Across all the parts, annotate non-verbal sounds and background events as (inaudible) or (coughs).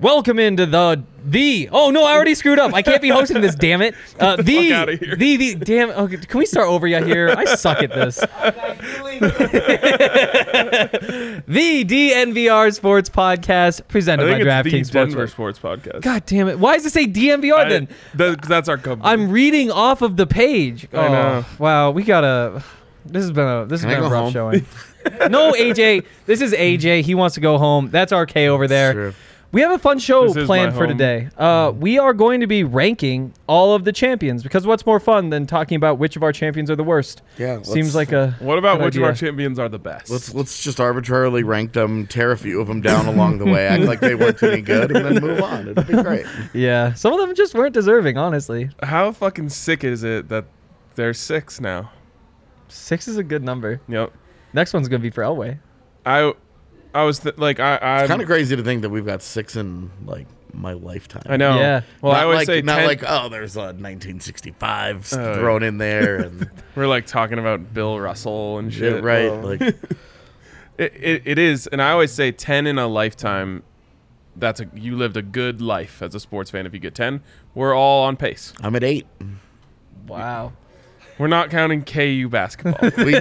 Welcome into the the oh no I already screwed up I can't be hosting (laughs) this damn it uh, the, fuck outta here. the the damn okay, can we start over yet here I suck at (laughs) this the DNVR Sports Podcast I presented by think DraftKings it's the Denver Sportsbook Sports Podcast. God damn it why does it say DNVR I- then that- that's our company. I'm reading off of the page oh, know. wow we gotta this has been a this has I been a go rough home? showing (laughs) no AJ this is AJ he wants to go home that's RK over there. True. We have a fun show This is planned my for home. today. Uh, we are going to be ranking all of the champions because what's more fun than talking about which of our champions are the worst? Yeah, let's- seems like a. What about good which of our idea. champions are the best? Let's let's just arbitrarily rank them, tear a few of them down along the way, act like they weren't any good, and then move on. It'd be (laughs) great. Yeah, some of them just weren't deserving. Honestly, How fucking sick is it that they're six now? six is a good number. Yep. Next one's gonna be for Elway. I I was th- like I I Kind of crazy to think that we've got six in like my lifetime. I know. Yeah. Oh. Well, not I would like, say not 10 like oh, there's a 1965 Oh, thrown in there, (laughs) and we're like talking about Bill Russell and yeah, shit. right, Well, like it, it, it is, and I always say ten in a lifetime. That's a you lived a good life as a sports fan if you get ten. We're all on pace. I'm at eight. Wow. We're not counting KU (laughs) basketball. We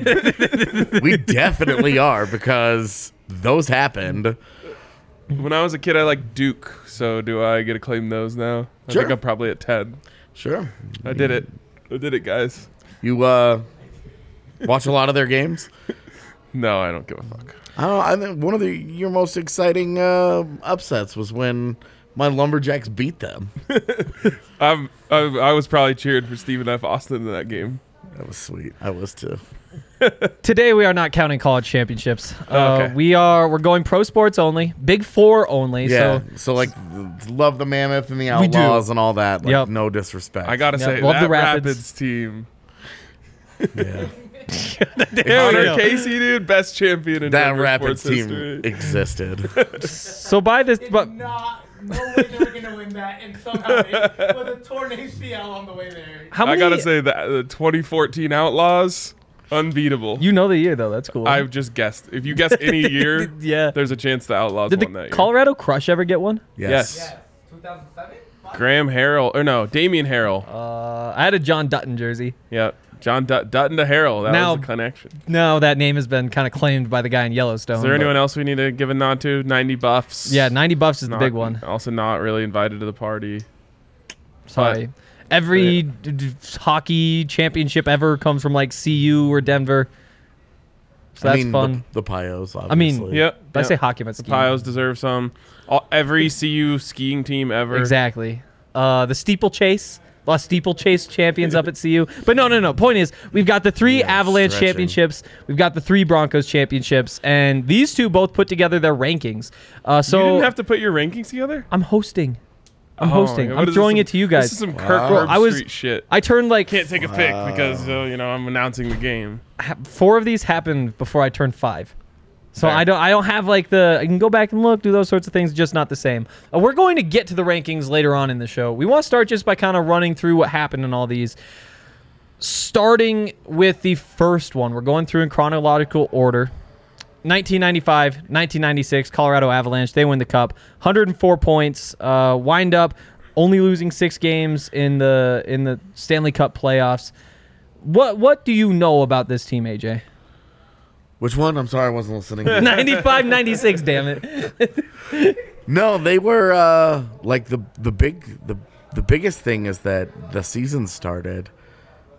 we definitely are because those happened. when I was a kid, I liked Duke. So do I get to claim those now? I think Sure. I'm probably at ten. Sure, I did it. I did it, guys. you uh watch a lot of their games. No, I don't give a fuck. I don't know. I think one of the your most exciting uh, upsets was when my lumberjacks beat them. I'm, I, I was probably cheering for Stephen F. Austin in that game. That was sweet. I was too. Today we are not counting college championships. Uh, Oh, okay. We are we're going pro sports only, Big Four only. Yeah. So So, like, love the mammoth and the We do. outlaws and all that. Like, Yep. No disrespect. I gotta Yeah, say, love the that Rapids. Rapids. team. (laughs) yeah. Connor real. Casey, dude, best champion in that Denver Rapids sports team history. existed. (laughs) so by this, Did but not, no way they were gonna win that, and somehow they, with a torn ACL on the way there. how I many? gotta say that the 2014 Outlaws, unbeatable. you know the year though. That's cool. I've just guessed. If you guess (laughs) any year, yeah. there's a chance the Outlaws Did won that the year. Colorado Crush ever get one? Yes. Yes, 2007. Graham Harrell, or no, Damian Harrell. Uh, I had a John Dutton jersey. yeah, John Dut- Dutton to Harrell. That Now- was the connection. No, that name has been kind of claimed by the guy in Yellowstone. Is there but- anyone else we need to give a nod to? 90 buffs. Yeah, 90 buffs is Not- the big one. Also, not really invited to the party. Sorry. Every d- d- hockey championship ever comes from like CU or Denver. So I that's mean, fun. The, the Pios, obviously. mean, Yep. But I say hockey, but The skiing. Pios deserve some. All, every CU skiing team ever. Exactly. Uh, the steeplechase. A lot of steeplechase champions up at CU. But no, no, no. Point is, we've got the three Avalanche stretching. championships. We've got the three Broncos championships. And these two both put together their rankings. Uh, so You didn't have to put your rankings together. I'm hosting. I'm Oh, hosting. yeah, I'm what is throwing this, it to you some- guys. This is some Kirk Wow. Bro, Herb I was- Street shit. I I turned like can't take a pick because uh, you know I'm announcing the game. ha- four of these happened before I turned five. So Fair. I don't I don't have like the I can go back and look, do those sorts of things, just not the same. Uh, we're going to get to the rankings later on in the show. We want to start just by kind of running through what happened in all these. Starting with the first one. We're going through in chronological order. 1995, 1996, Colorado Avalanche. They win the cup. 104 points. Uh, wind up only losing six games in the in the Stanley Cup playoffs. What what do you know about this team, AJ? Which one? I'm sorry, I wasn't listening. 95, 96, damn it. No, they were uh, like the the big the the biggest thing is that the season started,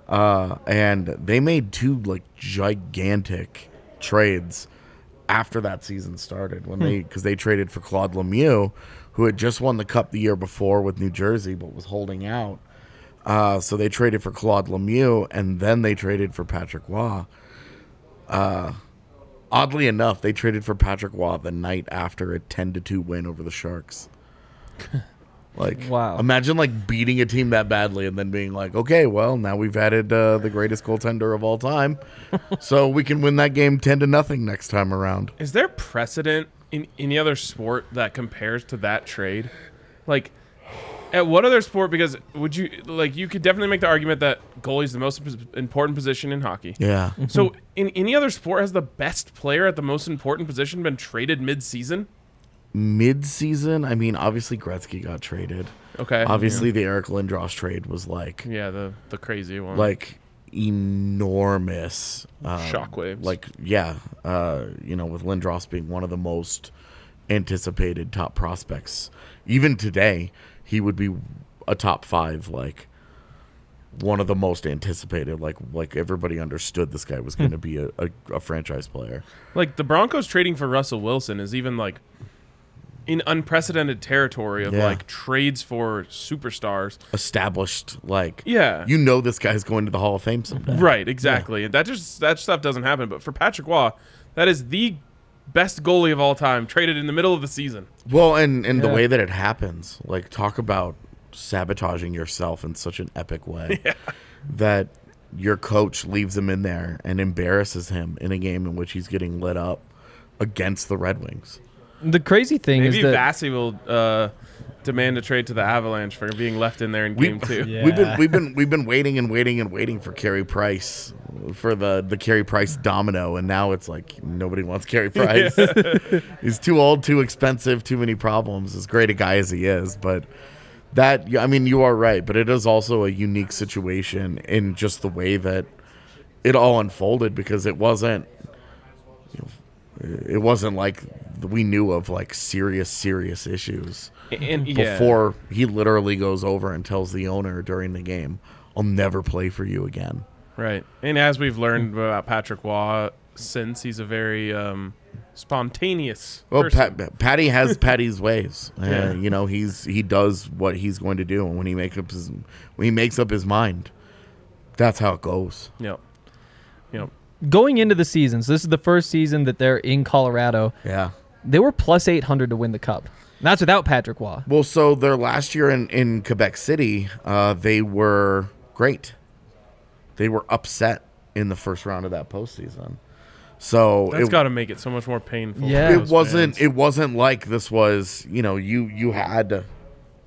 uh, and they made two like gigantic trades after that season started when they because they traded for Claude Lemieux, who had just won the Cup the year before with New Jersey but was holding out. Uh, so they traded for Claude Lemieux, and then they traded for Patrick Waugh Uh, oddly enough, they traded for Patrick Waugh the night after a ten to two win over the Sharks. Like, Wow. Imagine like beating a team that badly and then being like, okay, well, now we've added uh, the greatest goaltender of all time, so we can win that game ten to nothing next time around. Is there precedent in any other sport that compares to that trade? Like, at what other sport? Because would you like you could definitely make the argument that goalie's the most pos- important position in hockey. Yeah, So, in any other sport, has the best player at the most important position been traded mid-season? mid-season. I mean, obviously Gretzky got traded. Okay. Obviously, the Eric Lindros trade was like, Yeah, the the crazy one. Mm-hmm. like enormous um, Shockwaves. Like yeah, uh, you know, with Lindros being one of the most anticipated top prospects, even today he would be a top five. Like one of the most anticipated. Like like everybody understood this guy was going to be a, a, a franchise player. Like the Broncos trading for Russell Wilson is even like in unprecedented territory of Yeah. like trades for superstars. Established, like Yeah. you know, this guy's going to the Hall of Fame someday. Right, exactly. And that just that stuff doesn't happen. But for Patrick Waugh, that is the best goalie of all time, traded in the middle of the season. Well, and and Yeah. the way that it happens, like talk about sabotaging yourself in such an epic way that your coach leaves him in there and embarrasses him in a game in which he's getting lit up against the Red Wings. The crazy thing Maybe is that Vassy will uh, demand a trade to the Avalanche for being left in there in game two. (laughs) We've Yeah. been we've been we've been waiting and waiting and waiting for Carey Price for the the Carey Price domino, and now it's like nobody wants Carey Price. He's too old, too expensive, too many problems. As great a guy as he is, but that I mean, you are right, but it is also a unique situation in just the way that it all unfolded because it wasn't you know, it wasn't like we knew of like serious serious issues And, yeah. before he literally goes over and tells the owner during the game, "I'll never play for you again." Right. And as we've learned about Patrick Waugh since, he's a very um, spontaneous Well, person. Oh, Pat, (laughs) Patty has Patty's ways. Uh, Yeah. you know, he's he does what he's going to do, and when he makes up his when he makes up his mind, that's how it goes. Yep. Yep. going into the season, so this is the first season that they're in Colorado. Yeah. They were plus 800 to win the cup. And that's without Patrick Waugh. Well, so their last year in in Quebec City, uh, they were great. They were upset in the first round of that postseason. So That's it- got to make it so much more painful. for Yeah. it those wasn't fans. it wasn't like this was you know you you had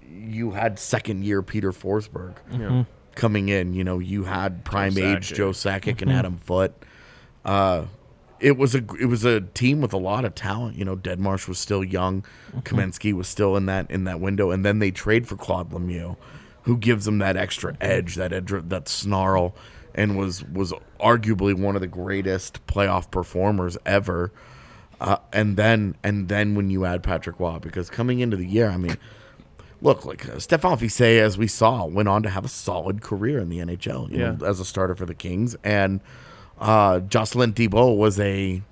you had second year peter forsberg Yeah. coming in you know you had prime age Sakic. joe sakic and adam foote uh it was a it was a team with a lot of talent you know deadmarsh was still young Kaminsky was still in that in that window and then they trade for claude lemieux who gives them that extra edge that edge, that snarl and was was arguably one of the greatest playoff performers ever uh, and then and then when you add Patrick Waugh, because coming into the year, I mean, look like uh, Stefan Fissé, as we saw, went on to have a solid career in the NHL, you know, Yeah. as a starter for the Kings, and uh, Jocelyn Thibault was a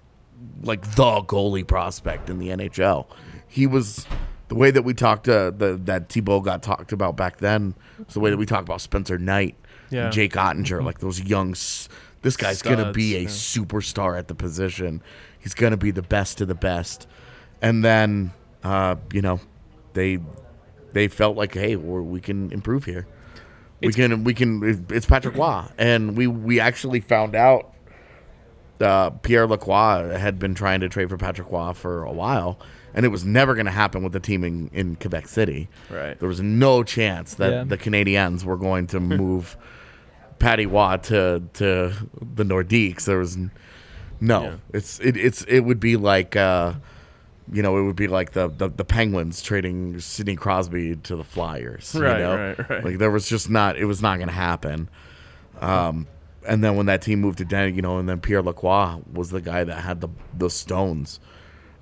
like the goalie prospect in the NHL. He was the way that we talked uh, the, that Thibault got talked about back then. It's the way that we talk about Spencer Knight, Yeah. and Jake Ottinger, like those young. s- This guy's gonna be a Studs, yeah. superstar at the position. He's going to be the best of the best. And then, uh, you know, they they felt like, hey, we're, we can improve here. We can we can. It's Patrick Waugh, and we we actually found out uh, Pierre Lacroix had been trying to trade for Patrick Waugh for a while, and it was never going to happen with the team in, in Quebec City. Right. There was no chance that Yeah. the Canadiens were going to move Patty Waugh to to the Nordiques. There was n- no. Yeah. It's it, it's it would be like. Uh, you know, it would be like the, the, the Penguins trading Sidney Crosby to the Flyers. you Right, know? right, right. Like there was just not, it was not going to happen. Um, and then when that team moved to Denver, you know, and then Pierre Lacroix was the guy that had the the stones,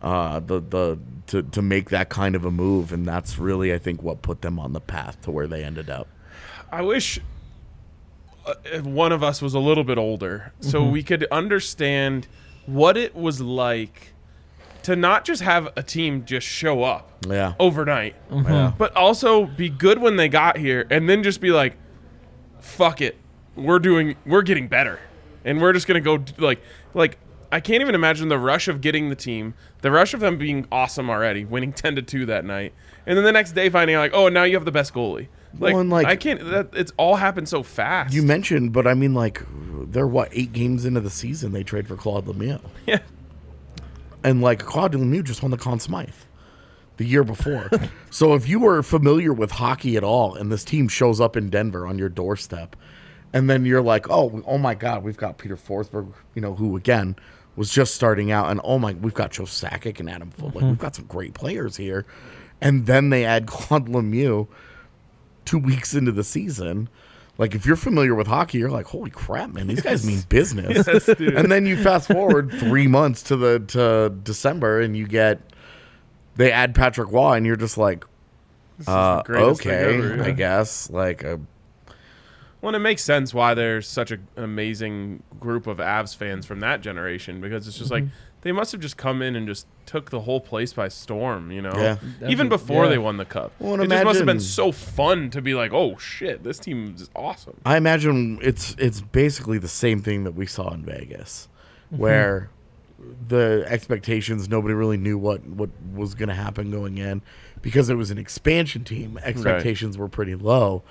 uh, the the to to make that kind of a move, and that's really I think what put them on the path to where they ended up. I wish uh, if one of us was a little bit older so we could understand what it was like to not just have a team just show up Yeah. overnight, but also be good when they got here and then just be like, fuck it. We're doing, we're getting better. And we're just going to go d- like, like, I can't even imagine the rush of getting the team, the rush of them being awesome already, winning (laughs) 10 to 2 that night. And then the next day finding out, like, oh, now you have the best goalie. Like, Well, and, like- I can't, that, it's all happened so fast. You mentioned, but I mean, like, they're what eight games into the season they trade for Claude Lemieux, (laughs) yeah. and like Claude Lemieux just won the Conn Smythe the year before. so if you were familiar with hockey at all, and this team shows up in Denver on your doorstep, and then you're like, oh, oh my God, we've got Peter Forsberg, you know, who again was just starting out, and oh my, we've got Joe Sakic and Adam Foote, like we've got some great players here, and then they add Claude Lemieux two weeks into the season. Like if you're familiar with hockey, you're like, holy crap, man, these guys mean (laughs) business. and then you fast forward three months to the to December, and you get they add Patrick Waugh, and you're just like, uh, greatest thing okay, ever, yeah. I guess. Like, uh, Well, and it makes sense why there's such a, an amazing group of Avs fans from that generation because it's just Mm-hmm. like they must have just come in and just took the whole place by storm, you know? Yeah. Even before yeah. they won the cup. Well, it and just must have been imagine- so fun to be like, oh shit, this team is awesome. I imagine it's it's basically the same thing that we saw in Vegas, where the expectations nobody really knew what what was going to happen going in because it was an expansion team. Expectations were pretty low.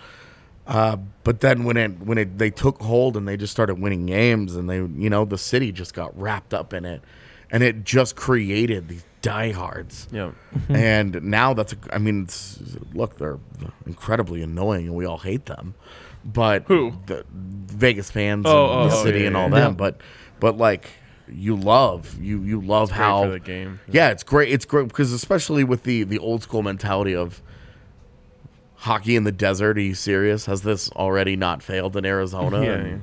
Uh, but then when it when it they took hold and they just started winning games and they you know the city just got wrapped up in it, and it just created these diehards Yeah. Mm-hmm. and now that's a, I mean it's, look they're incredibly annoying and we all hate them but Who? the Vegas fans Oh, and the oh, oh, city yeah, and yeah, all yeah. them but but like you love you you love great how for the game. yeah it's great it's great because especially with the the old school mentality of hockey in the desert are you serious has this already not failed in Arizona Yeah,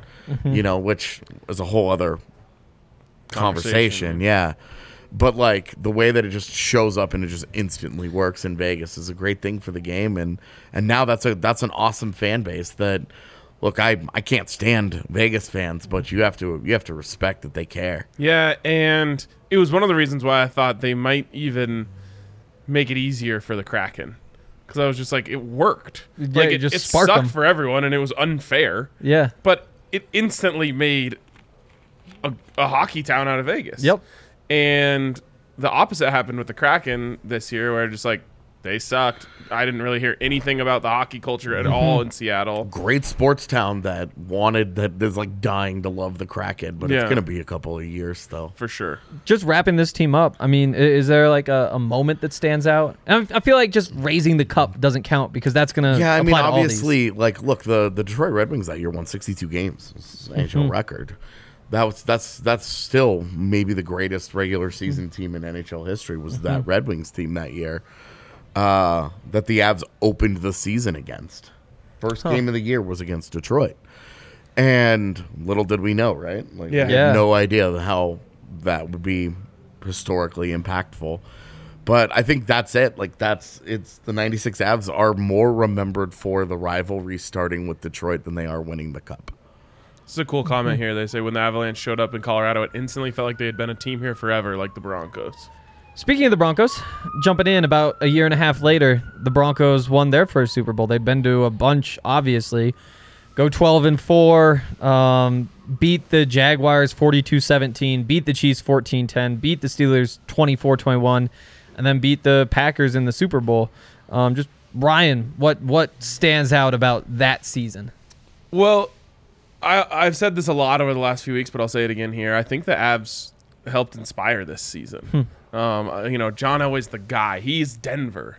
And, you know which is a whole other Conversation. conversation. Yeah. But like the way that it just shows up and it just instantly works in Vegas is a great thing for the game and and now that's a that's an awesome fan base that look I I can't stand Vegas fans but you have to you have to respect that they care. Yeah, and it was one of the reasons why I thought they might even make it easier for the Kraken. Because I was just like, it worked. like it it, just it sparked sucked them. for everyone, and it was unfair. Yeah. but it instantly made a, a hockey town out of Vegas. Yep. And the opposite happened with the Kraken this year, where just like they sucked. I didn't really hear anything about the hockey culture at all in Seattle. Great sports town that wanted that is like dying to love the Kraken but it's Yeah. going to be a couple of years though. For sure. Just wrapping this team up. I mean, i- is there like a, a moment that stands out? And I I feel like just raising the cup doesn't count because that's gonna Yeah, I mean apply to all these. obviously like look the the Detroit Red Wings that year won 62 games. It's an Mm-hmm. NHL record. That was that's that's still maybe the greatest regular Mm. season team in NHL history Mm-hmm. was that Red Wings team that year. Uh, that the Avs opened the season against. First game of the year was against Detroit. And little did we know, right? Like we Yeah. had Yeah. no idea how that would be historically impactful. But I think that's it. Like that's it's the 96 Avs are more remembered for the rivalry starting with Detroit than they are winning the cup. This is a cool comment here. They say when the Avalanche showed up in Colorado, it instantly felt like they had been a team here forever, like the Broncos. Speaking of the Broncos, jumping in about a year and a half later, the Broncos won their first Super Bowl. They've been to a bunch, obviously. Go 12 and 4, um, beat the Jaguars 42 17, beat the Chiefs 14 10, beat the Steelers 24 21, and then beat the Packers in the Super Bowl. Um, just Ryan, what, what stands out about that season? Well, I, I've said this a lot over the last few weeks, but I'll say it again here. I think the Abs helped inspire this season. Um, uh, you know, John Elway's the guy. He's Denver,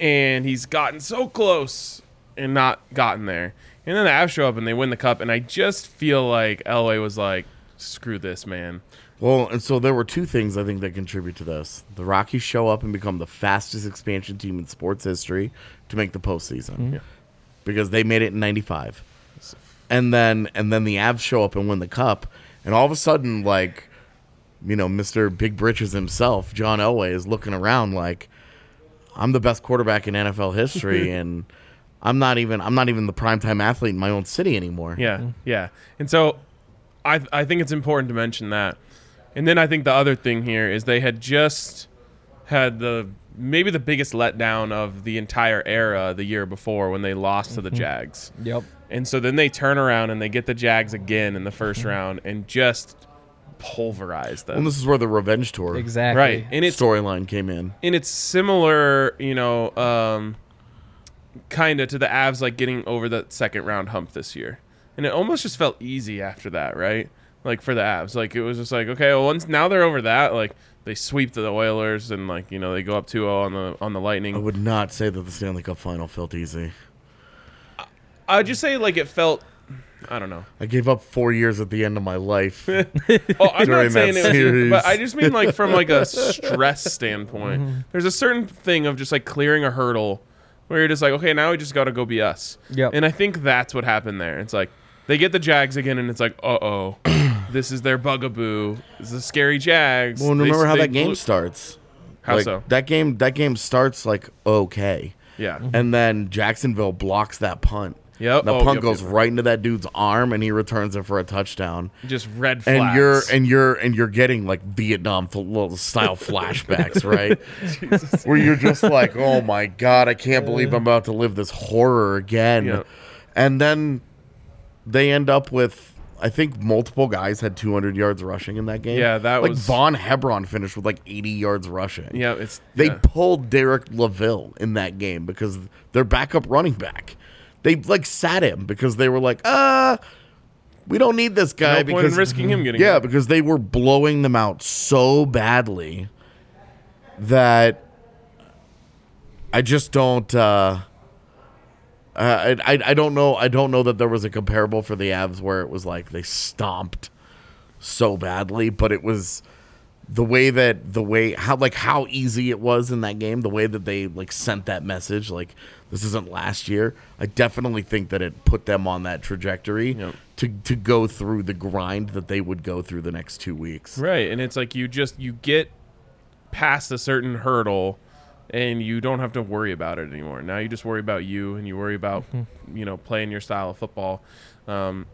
and he's gotten so close and not gotten there. And then the Abs show up and they win the cup, and I just feel like Elway was like, "Screw this, man." Well, and so there were two things I think that contribute to this. The Rockies show up and become the fastest expansion team in sports history to make the postseason Mm-hmm. because they made it in '95, and then and then the Avs show up and win the cup, and all of a sudden, like you know, Mr. Big Britches himself, John Elway, is looking around like, I'm the best quarterback in (laughs) NFL history, and I'm not even I'm not even the primetime athlete in my own city anymore. Yeah, yeah. And so I I think it's important to mention that. And then I think the other thing here is they had just had the maybe the biggest letdown of the entire era the year before when they lost to the Jags. Yep. And so then they turn around and they get the Jags again in the 1st round and just pulverize them. And this is where the revenge tour Exactly. right. And it's storyline came in. and it's similar, you know, um, kind of to the Avs like getting over the second round hump this year, and it almost just felt easy after that, right? Like for the Avs, like it was just like okay, well, once now they're over that, like they sweep the Oilers and like you know they go up 2-0 on the on the Lightning. I would not say that the Stanley Cup final felt easy. I'd just say like it felt, I don't know. I gave up four years at the end of my (laughs) life. Oh, I'm During not saying that it was, series. but I just mean like from like a stress standpoint. There's a certain thing of just like clearing a hurdle where you're just like, okay, now we just got to go be us. Yep. And I think that's what happened there. It's like they get the Jags again, and it's like, uh oh, this is their bugaboo. This is the scary Jags. well, and They- remember how they that game blew- starts. How Like, so? That game that game starts like okay. Yeah. And then Jacksonville blocks that punt. Yep. The Oh, punt yep, goes yep. right into that dude's arm and he returns it for a touchdown. Just red And flags. you're and you're and you're getting like Vietnam fl- little style flashbacks, (laughs) right? Where you're just like, "Oh my god, I can't believe I'm about to live this horror again." Yep. And then they end up with I think multiple guys had 200 yards rushing in that game. Yeah, that like was- Von Hebron finished with like 80 yards rushing. yeah, it's They yeah. pulled Derek LaVille in that game because their backup running back. They like sat him because they were like, uh, we don't need this no guy point because in risking him getting yeah, hurt. because they were blowing them out so badly that I just don't. Uh, I, I I don't know. I don't know that there was a comparable for the Avs where it was like they stomped so badly, but it was the way that the way how like how easy it was in that game, the way that they like sent that message, like this isn't last year. I definitely think that it put them on that trajectory Yep. to to go through the grind that they would go through the next two weeks. Right, and it's like you just you get past a certain hurdle, and you don't have to worry about it anymore. Now you just worry about you, and you worry about you know playing your style of football. Um,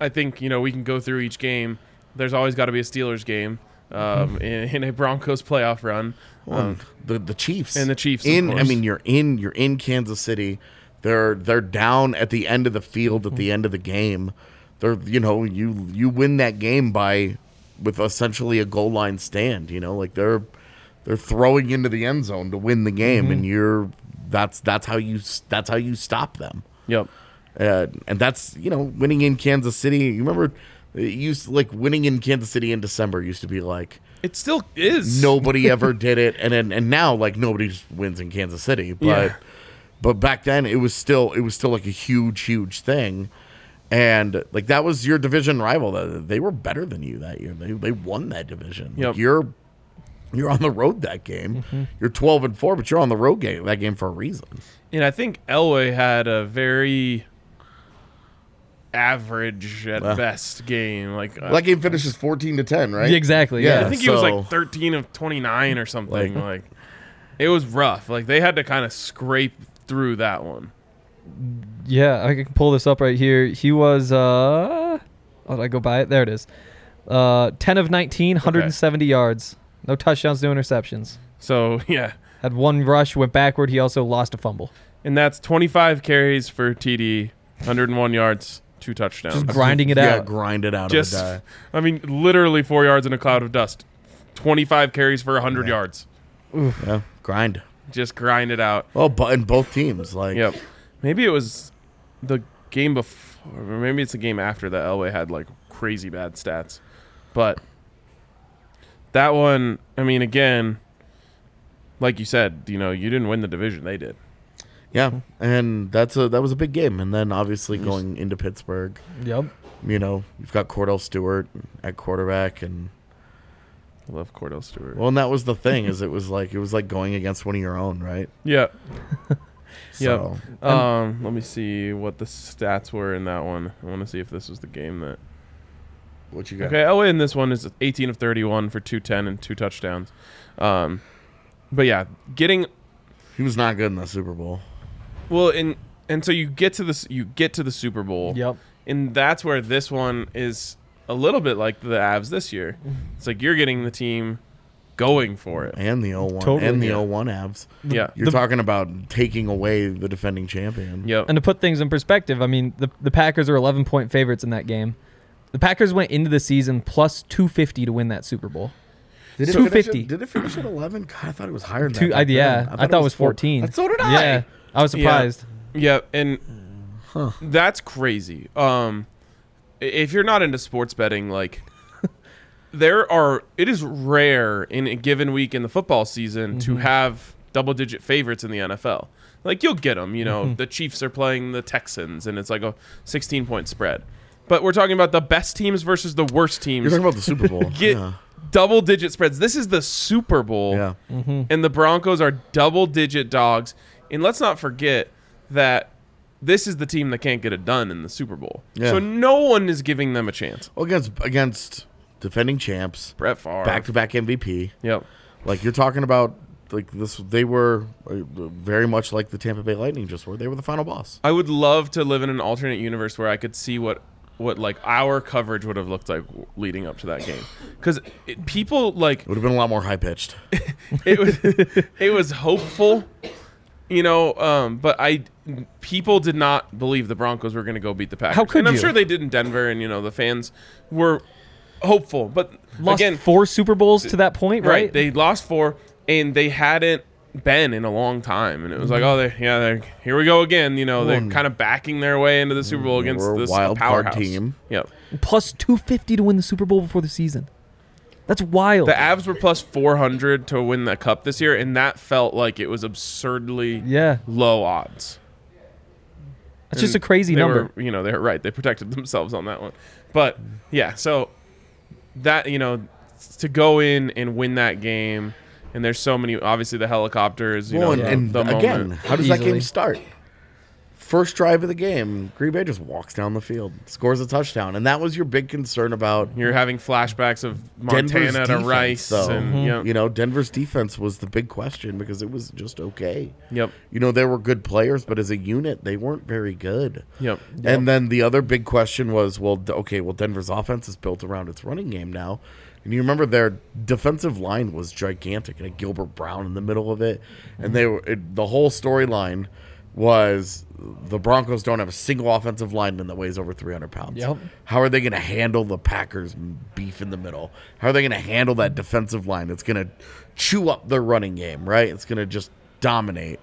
I think you know we can go through each game. There's always got to be a Steelers game um, in, in a Broncos playoff run. Um, the the Chiefs And the Chiefs, of In I course. mean, you're in you're in Kansas City. They're they're down at the end of the field at Mm-hmm. the end of the game. They're you know you you win that game by with essentially a goal line stand. You know, like they're they're throwing into the end zone to win the game, Mm-hmm. and you're that's that's how you s- that's how you stop them. yep. Uh, and that's you know winning in Kansas City. You remember it used like winning in Kansas City in December used to be like It still is nobody ever did it and then and now like nobody just wins in Kansas City but Yeah. but back then it was still it was still like a huge huge thing and like that was your division rival Th- they were better than you that year they they won that division Yep. Mm-hmm. like you're you're on the road that game you're 12 and 4 but you're on the road game that game for a reason And I think Elway had a very average at Well. best game. Like that game finishes 14 to 10 right Yeah, exactly, yeah. I think he was like 13 of 29 or something. Like, it was rough. Like they had to kind of scrape through that one. Yeah, I can pull this up right here. He was uh oh, did I go by it? There it is. Uh 10 of 19, 170 yards. No touchdowns, no interceptions. So (laughs) yeah, Had one rush, went backward. He also lost a fumble. and that's 25 carries for TD, 101 yards, two touchdowns. Just grinding it yeah out. grind it out Just, of the die. I mean, literally four yards in a cloud of dust. 25 carries for 100 yards. yeah grind Just grind it out. oh but in both teams like Yep. Maybe it was the game before, or maybe it's the game after that Elway had like crazy bad stats. But that one, I mean, again, like you said, you know, you didn't win the division; they did. Yeah, and that's a that was a big game, and then obviously going into Pittsburgh, Yep. you know, you've got Cordell Stewart at quarterback, and I love Cordell Stewart. well, and that was the thing is it (laughs) was like it was like going against one of your own, right? yeah. um, So, Yep. Um, let me see what the stats were in that one. I want to see if this was the game that What you got? Okay, Elway in this one is 18 of 31 for 210 and two touchdowns. Um, but yeah, getting He was not good in the Super Bowl. well in and so you get to this you get to the Super Bowl. Yep. And that's where this one is a little bit like the Avs this year. Mm-hmm. It's like you're getting the team going for it. And the 01 Totally, and the yeah. 01 abs. Yeah. You're talking about taking away the defending champion. Yep. And to put things in perspective, I mean, the, the Packers are 11 point favorites in that game. The Packers went into the season plus 250 to win that Super Bowl. Did it 250. finish at- did it finish at 11? God, I thought it was higher than Two, that. I, back yeah, then. I thought it was four- 14. So did I. Yeah, I was surprised. Yeah, and that's crazy. Um, i- if you're not into sports betting, (laughs) like there are, it is rare in a given week in the football season to Mm-hmm. have double digit favorites in the NFL. Like you'll get them, you know. Mm-hmm. The Chiefs are playing the Texans, and it's like a 16 point spread. But we're talking about the best teams versus the worst teams. You're talking about the (laughs) Super Bowl. get yeah. double digit spreads. This is the Super Bowl. Yeah. And the Broncos are double digit dogs. And let's not forget that this is the team that can't get it done in the Super Bowl. Yeah. So no one is giving them a chance. Well, against against defending champs, Brett Favre. back to back MVP. Yep. Like you're talking about like this they were uh, very much like the Tampa Bay Lightning just were. They were the final boss. I would love to live in an alternate universe where I could see what what like our coverage would have looked like w- leading up to that game because people like It would have been a lot more (laughs) high pitched. it was (laughs) it was hopeful, you know. Um, but I people did not believe the Broncos were going to go beat the Packers. How could and I'm you? sure they did in Denver, and you know the fans were hopeful. But Lost again, four Super Bowls to that point, right, right? They lost four, and they hadn't been in a long time, and it was like, oh, they yeah, they're, here we go again. You know, they're kind of backing their way into the Super Bowl against we're a this wild card powerhouse team. Yep. plus 250 to win the Super Bowl before the season. That's wild. The Avs were plus 400 to win the cup this year, and that felt like it was absurdly Yeah. low odds. That's just a And crazy they (laughs) number. Were, you know, they're right. They protected themselves on that one. But yeah, so that you know, to go in and win that game, and there's so many. Obviously, the helicopters. You Well, know, and, the and the again, moment. how does that Easily. game start? First drive of the game, Green Bay just walks down the field, scores a touchdown, and that was your big concern about you're having flashbacks of Denver's Montana to defense, Rice, though. Mm-hmm. and yep, You know, Denver's defense was the big question because it was just okay. yep, You know, there were good players, but as a unit, they weren't very good. yep. And then the other big question was, well, d- okay, well, Denver's offense is built around its running game now. And you remember their defensive line was gigantic, and a Gilbert Brown in the middle of it, and they were it, the whole storyline was the Broncos don't have a single offensive lineman that weighs over 300 pounds. Yep. How are they going to handle the Packers beef in the middle? How are they going to handle that defensive line that's going to chew up their running game? Right? It's going to just dominate.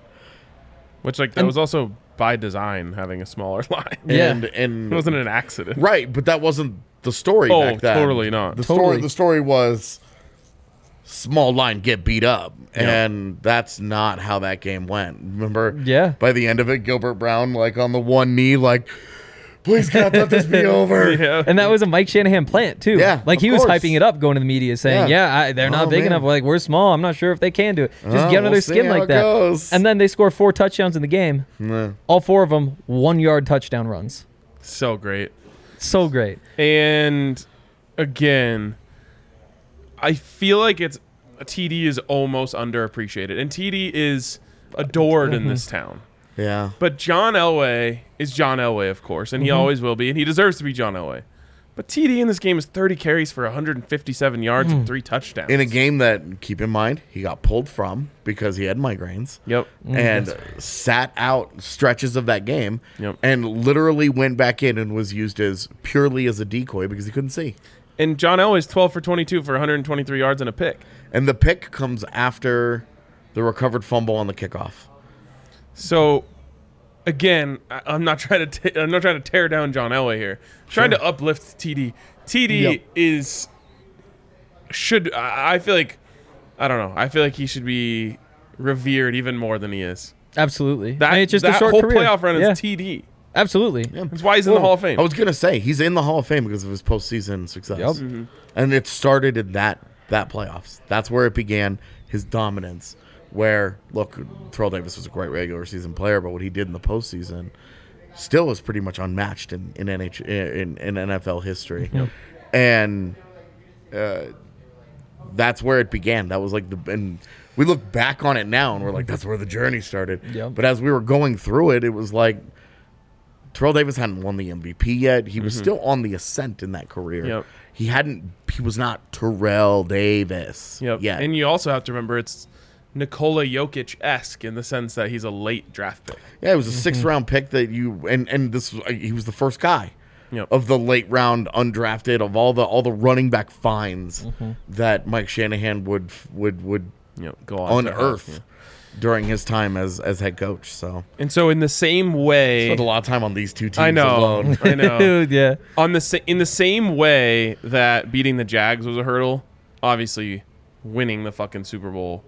Which like that was also by design having a smaller (laughs) line. Yeah. And and it wasn't an accident. Right, but that wasn't the story. Oh, back then. totally not. The Totally. story. The story was small line get beat up, and that's not how that game went. Remember? Yeah. By the end of it, Gilbert Brown like on the one knee, like, please God, let (laughs) this be over. Yeah. And that was a Mike Shanahan plant too. Yeah, like of he was course. hyping it up, going to the media saying, "Yeah, Yeah. I, they're Oh, not big man. enough. Like we're small. I'm not sure if they can do it. Just Oh, get under we'll their see skin how like it that." goes. And then they score four touchdowns in the game. All four of them one yard touchdown runs. so great. So great. And again, I feel like it's TD is almost underappreciated, and TD is adored in this town. Yeah. But John Elway is John Elway, of course, and he always will be, and he deserves to be John Elway. But TD in this game is 30 carries for 157 yards and three touchdowns. In a game that, keep in mind, he got pulled from because he had migraines. Yep. and sat out stretches of that game Yep. and literally went back in and was used as purely as a decoy because he couldn't see. And John Elway's 12 for 22 for 123 yards and a pick. And the pick comes after the recovered fumble on the kickoff. So again, I, I'm not trying to t- I'm not trying to tear down John Elway here. I'm Trying to uplift TD. TD Yep. is should I, I feel like I don't know. I feel like he should be revered even more than he is. Absolutely. That, I mean, it's just that a short whole career. playoff run yeah. is TD. Absolutely. (laughs) That's why he's in the Hall of Fame. I was gonna say he's in the Hall of Fame because of his postseason success. Yep. And it started in that that playoffs. That's where it began his dominance. Where look, Terrell Davis was a great regular season player, but what he did in the postseason still is pretty much unmatched in in, NH, in, in NFL history. and uh, that's where it began. That was like the and we look back on it now and we're like, that's where the journey started. Yep. But as we were going through it, it was like Terrell Davis hadn't won the MVP yet. He was still on the ascent in that career. Mm-hmm. Yep. He hadn't. He was not Terrell Davis. Yep. Yet. And you also have to remember it's Nikola Jokic esque in the sense that he's a late draft pick. Yeah, it was a Mm-hmm. 6th round pick that you and and this was- he was the first guy Yep. of the late round undrafted of all the all the running back finds Mm-hmm. that Mike Shanahan would would would Yep. Go on. to unearth Yeah. during his time as as head coach. So And so in the same way, spent a lot of time on these two teams Eh. I know, alone. (laughs) I know. Dude, yeah. On the sa- in the same way that beating the Jags was a hurdle, obviously winning the fucking Super Bowl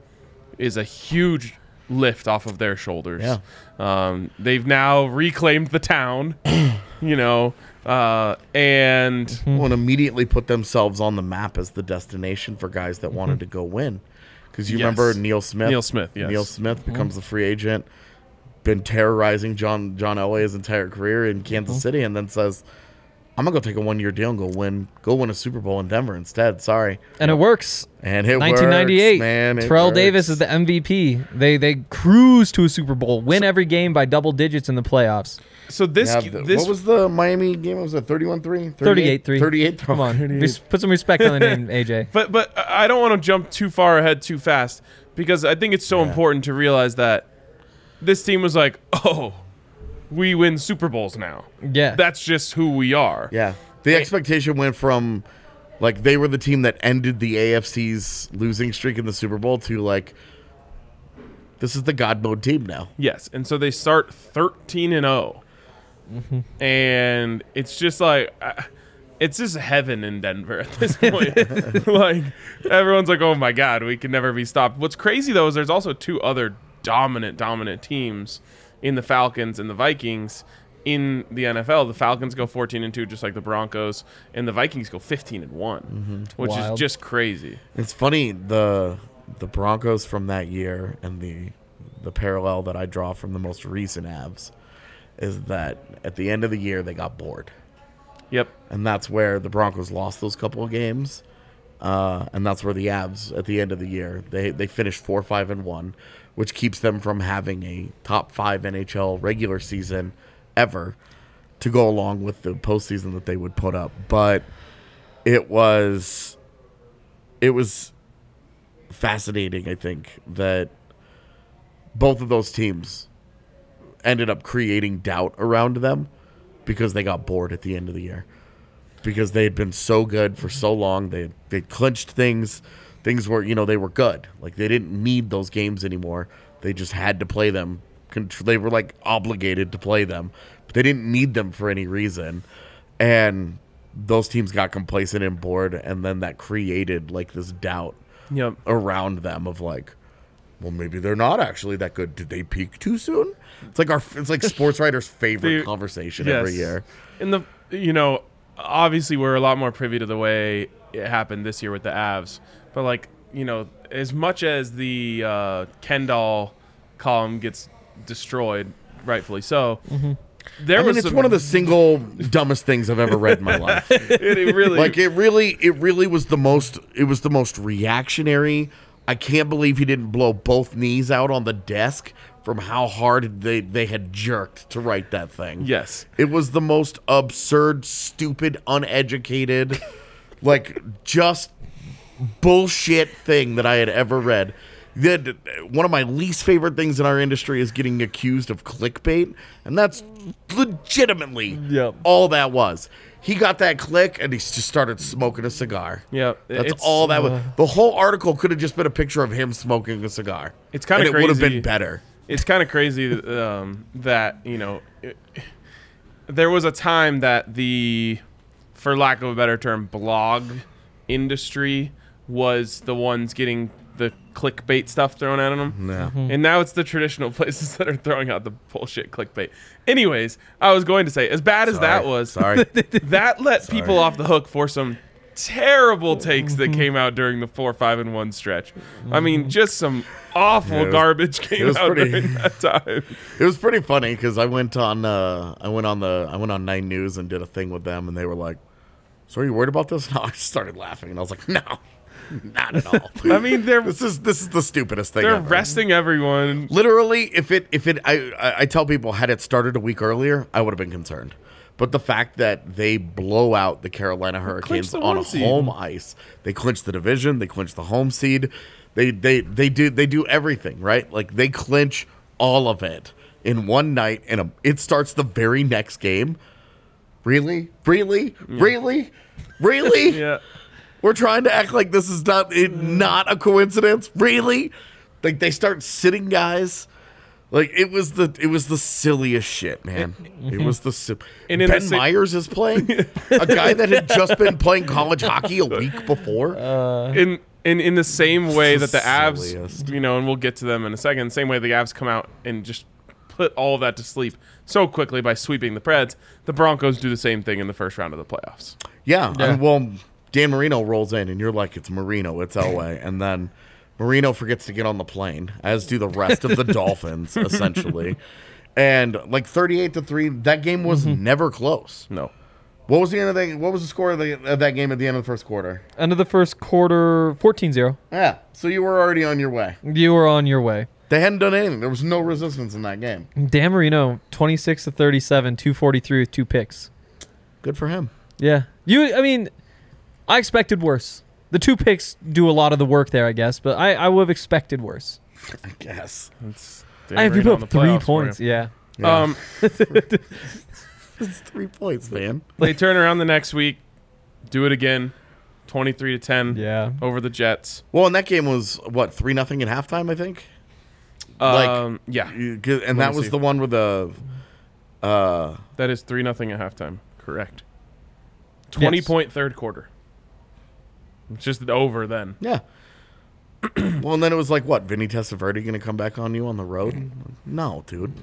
is a huge lift off of their shoulders. Yeah. Um, they've now reclaimed the town, (coughs) you know, uh, and Mm-hmm. and immediately put themselves on the map as the destination for guys that Mm-hmm. wanted to go win. Because you Yes. remember Neil Smith. Neil Smith, yes. Neil Smith Mm-hmm. becomes the free agent. Been terrorizing John John Elway his entire career in Kansas Mm-hmm. City, and then says, "I'm gonna go take a one year deal and go win go win a Super Bowl in Denver instead." Sorry, And it works. and it 1998, works, man. it Terrell works. Davis is the MVP. They they cruise to a Super Bowl, win every game by double digits in the playoffs. so this Yeah, the- this what was the Miami game? What was it 31-3? 38 3. 38 Come (laughs) on. res- Put some respect on the name, AJ. But but I don't want to jump too far ahead too fast because I think it's so important to realize that this team was like, oh, we win Super Bowls (laughs) now. Yeah. That's just who we are. Yeah. The expectation went from like they were the team that ended the AFC's losing streak in the Super Bowl to like this is the God mode team now. Yes. And so they start 13 and 0. And it's just like I- it's just heaven in Denver at this (laughs) point. like everyone's like, "Oh my god, we can never be stopped." What's crazy though is there's also two other dominant dominant teams in the Falcons and the Vikings in the NFL. The Falcons go 14 and 2 just like the Broncos and the Vikings go 15 and one which Wild. is just crazy. It's funny the the Broncos from that year and the the parallel that I draw from the most recent abs is that at the end of the year they got bored. Yep. and that's where the Broncos lost those couple of games. Uh, and that's where the Avs, at the end of the year, they they finished four, five, and one, which keeps them from having a top five NHL regular season ever to go along with the postseason that they would put up. But it was it was fascinating, I think, that both of those teams ended up creating doubt around them because they got bored at the end of the year. Because they had been so good for so long, they they clinched things. Things were, you know, they were good. Like they didn't need those games anymore. They just had to play them. Con- They were like obligated to play them, but they didn't need them for any reason. And those teams got complacent and bored, and then that created like this doubt Yep. around them of like, well, maybe they're not actually that good. Did they peak too soon? It's like our it's like sports writers' favorite Dude, conversation yes. every year. In the you know, obviously we're a lot more privy to the way it happened this year with the Avs, but like you know, as much as the uh, Kendall column gets destroyed, rightfully so, there Mm-hmm. I mean, was it's some- one of the single (laughs) dumbest things I've ever read in my life. it, (laughs) it (laughs) really (laughs) Like it really, it really was the most. It was the most reactionary. I can't believe he didn't blow both knees out on the desk from how hard they they had jerked to write that thing. yes. It was the most absurd, stupid, uneducated, like just bullshit thing that I had ever read. That one of my least favorite things in our industry is getting accused of clickbait, and that's legitimately Yep. all that was. He got that click, and he just started smoking a cigar. Yep. that's It's- uh, all that was. The whole article could have just been a picture of him smoking a cigar. It's kinda and it would have crazy. been better. it's kind of crazy um, that you know it, there was a time that the for lack of a better term blog industry was the ones getting the clickbait stuff thrown at them Yeah. and now it's the traditional (laughs) places that are throwing out the bullshit clickbait anyways i was going to say as bad as that was Sorry. (laughs) that let people off the hook for some terrible takes that came out during the four, five, and one stretch. I mean, just some awful Yeah, it was- garbage (laughs) came was out pretty- during (laughs) that time. It was pretty funny because I went on uh, I went on the I went on Nine News and did a thing with them, and they were like, "So are you worried about this?" (laughs) No, I just started laughing, and I was like, "No, not at all." I mean, they're- this is this is the stupidest thing. They're ever. resting everyone. Literally, if it if it I I- I tell people had it started a week earlier, I would have been concerned. But the fact that they blow out the Carolina Hurricanes the on one seed. home ice, they clinch the division, they clinch the home seed, they they they do they do everything right. Like they clinch all of it in one night, and um it starts the very next game. Really, really, really, really. (laughs) Yeah. We're trying to act like this is not it, Mm. not a coincidence, really. Like they start sitting guys. Like it was the it was the silliest shit, man. It was the si- And and in Ben the sa- Myers is playing a guy that had just been playing college hockey a week before. Uh, in in in the same way that It's the the Avs, silliest. you know, and we'll get to them in a second. Same way the Avs come out and just put all of that to sleep so quickly by sweeping the Preds. The Broncos do the same thing in the first round of the playoffs. yeah, and well, Dan Marino rolls in, and you're like, it's Marino, it's Elway, and then Marino forgets to get on the plane, as do the (laughs) rest of the Dolphins, essentially. And like 38 to three, that game was Mm-hmm. never close. No, What was the end of that? What was the score of, the, of that game at the end of the first quarter? End of the first quarter, 14-0. Yeah, so you were already on your way. You were on your way. They hadn't done anything. There was no resistance in that game. Dan Marino, 26 to 37, 243 with two picks. Good for him. Yeah. You I mean, I expected worse. The two picks do a lot of the work there, I guess, but I, I would have expected worse. I guess. it's I have you put up three points. Yeah. Um, It's three points, man. they turn around the next week, do it again, twenty three to ten. (laughs) Yeah. over the Jets. Well, and that game was what three nothing at halftime, I think. Like- Um, yeah, You- 'cause- And that me was see. the one with the. Uh, that is three nothing at halftime. Correct. Twenty point third quarter. It's just over then. yeah. (clears throat) well, and then it was like, what? Vinny Testaverde going to come back on you on the road? No, dude.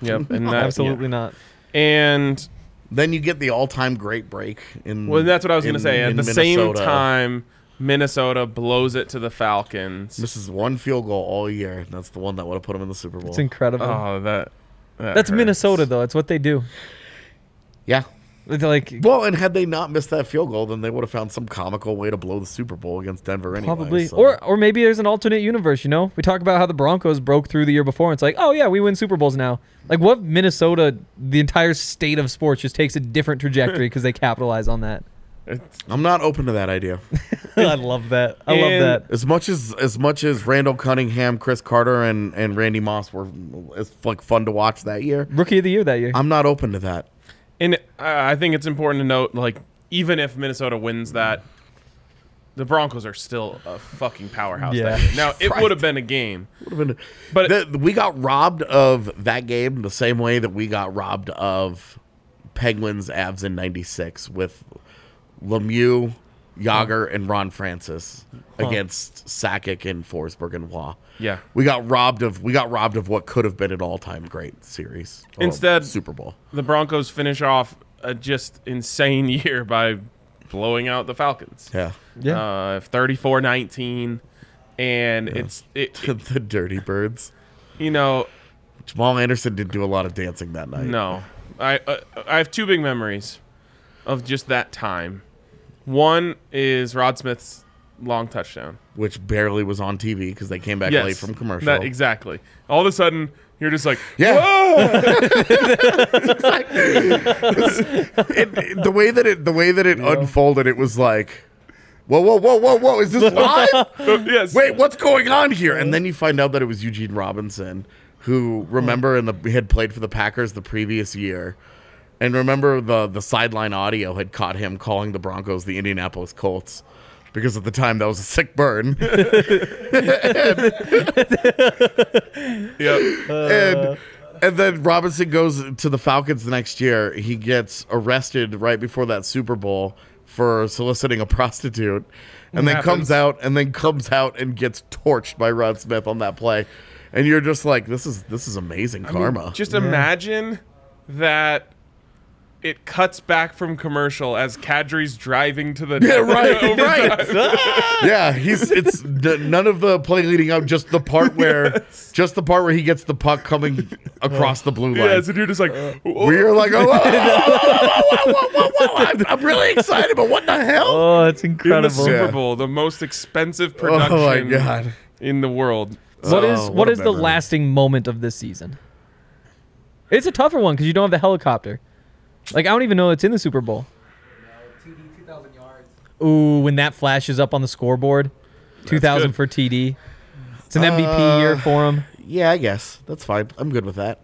Yep, (laughs) and that, Absolutely not. And Then you get the all-time great break in. Well, that's what I was going to in- say. At in the same Minnesota. time, Minnesota blows it to the Falcons. misses one field goal all year. and That's the one that would have put him in the Super Bowl. It's incredible. Oh, that. that That's hurts. Minnesota though. It's what they do. yeah. It's like Well, and had they not missed that field goal, then they would have found some comical way to blow the Super Bowl against Denver anyway. Probably, so- or or maybe there's an alternate universe. You know, we talk about how the Broncos broke through the year before. And it's like, oh yeah, we win Super Bowls now. Like, what if Minnesota, the entire state of sports, just takes a different (laughs) trajectory because they capitalize on that. It's- I'm not open to that idea. (laughs) I love that. I And- love that. As much as as much as Randall Cunningham, Chris Carter, and and Randy Moss were it's like fun to watch that year. Rookie of the year that year. I'm not open to that. And I I think it's important to note, like, even if Minnesota wins that, the Broncos are still a fucking powerhouse. Yeah. that year. Now it Right. would have been a game. Would have been, (laughs) But- The- we got robbed of that game the same way that we got robbed of Penguins Avs in '96 with Lemieux, Yager, and Ron Francis against Sakic and Forsberg and Waugh. Yeah. we got robbed of we got robbed of what could have been an all-time great series. Well, Instead- Super Bowl. The Broncos finish off a just insane (laughs) year by blowing out the Falcons. Yeah, yeah. Uh, 34-19 and it's it, it (laughs) the Dirty Birds. you know Jamal Anderson didn't do a lot of dancing that night. No, I uh, I have two big memories of just that time. One is Rod Smith's long touchdown. which barely was on TV because they came back late from commercial. That- exactly. All of a sudden, you're just like, Yeah. It- it- the way that it the way that it unfolded, it was like, whoa, whoa, whoa, whoa, whoa! Is this live? "Oh, yes. Wait, what's going on here? And then you find out that it was Eugene Robinson, who remember in the had played for the Packers the previous year, and remember the the sideline audio had caught him calling the Broncos the Indianapolis Colts. Because at the time that was a sick burn, (laughs) Yep. and and then Robinson goes to the Falcons the next year. He gets arrested right before that Super Bowl for soliciting a prostitute, and then Happens. comes out and then comes out and gets torched by Rod Smith on that play. And you're Oh, just like, this is this is amazing karma. Just imagine that it cuts back from commercial as Kadri's driving to the (laughs) (laughs) (laughs) Yeah, right, right. (laughs) yeah, he's it's the, none of the play leading up, just (laughs) the part where, just the part where he gets the puck coming across the blue line. Yeah, so you're just like, "Whoa." we are like, oh, whoa, whoa, whoa, whoa, whoa, whoa, whoa, whoa. I'm, I'm really excited, but what the hell? Oh, that's in the incredible. Super Yeah. Bowl, the most expensive Oh my production God. in the world. What is Oh, what what a is the memory. lasting moment of this season? It's a tougher one because you don't have the helicopter. Like I don't even know it's in the Super Bowl. Ooh, when that flashes up on the scoreboard, two thousand good. for TD. It's an MVP year for him. Yeah, I guess that's fine. I'm good with that.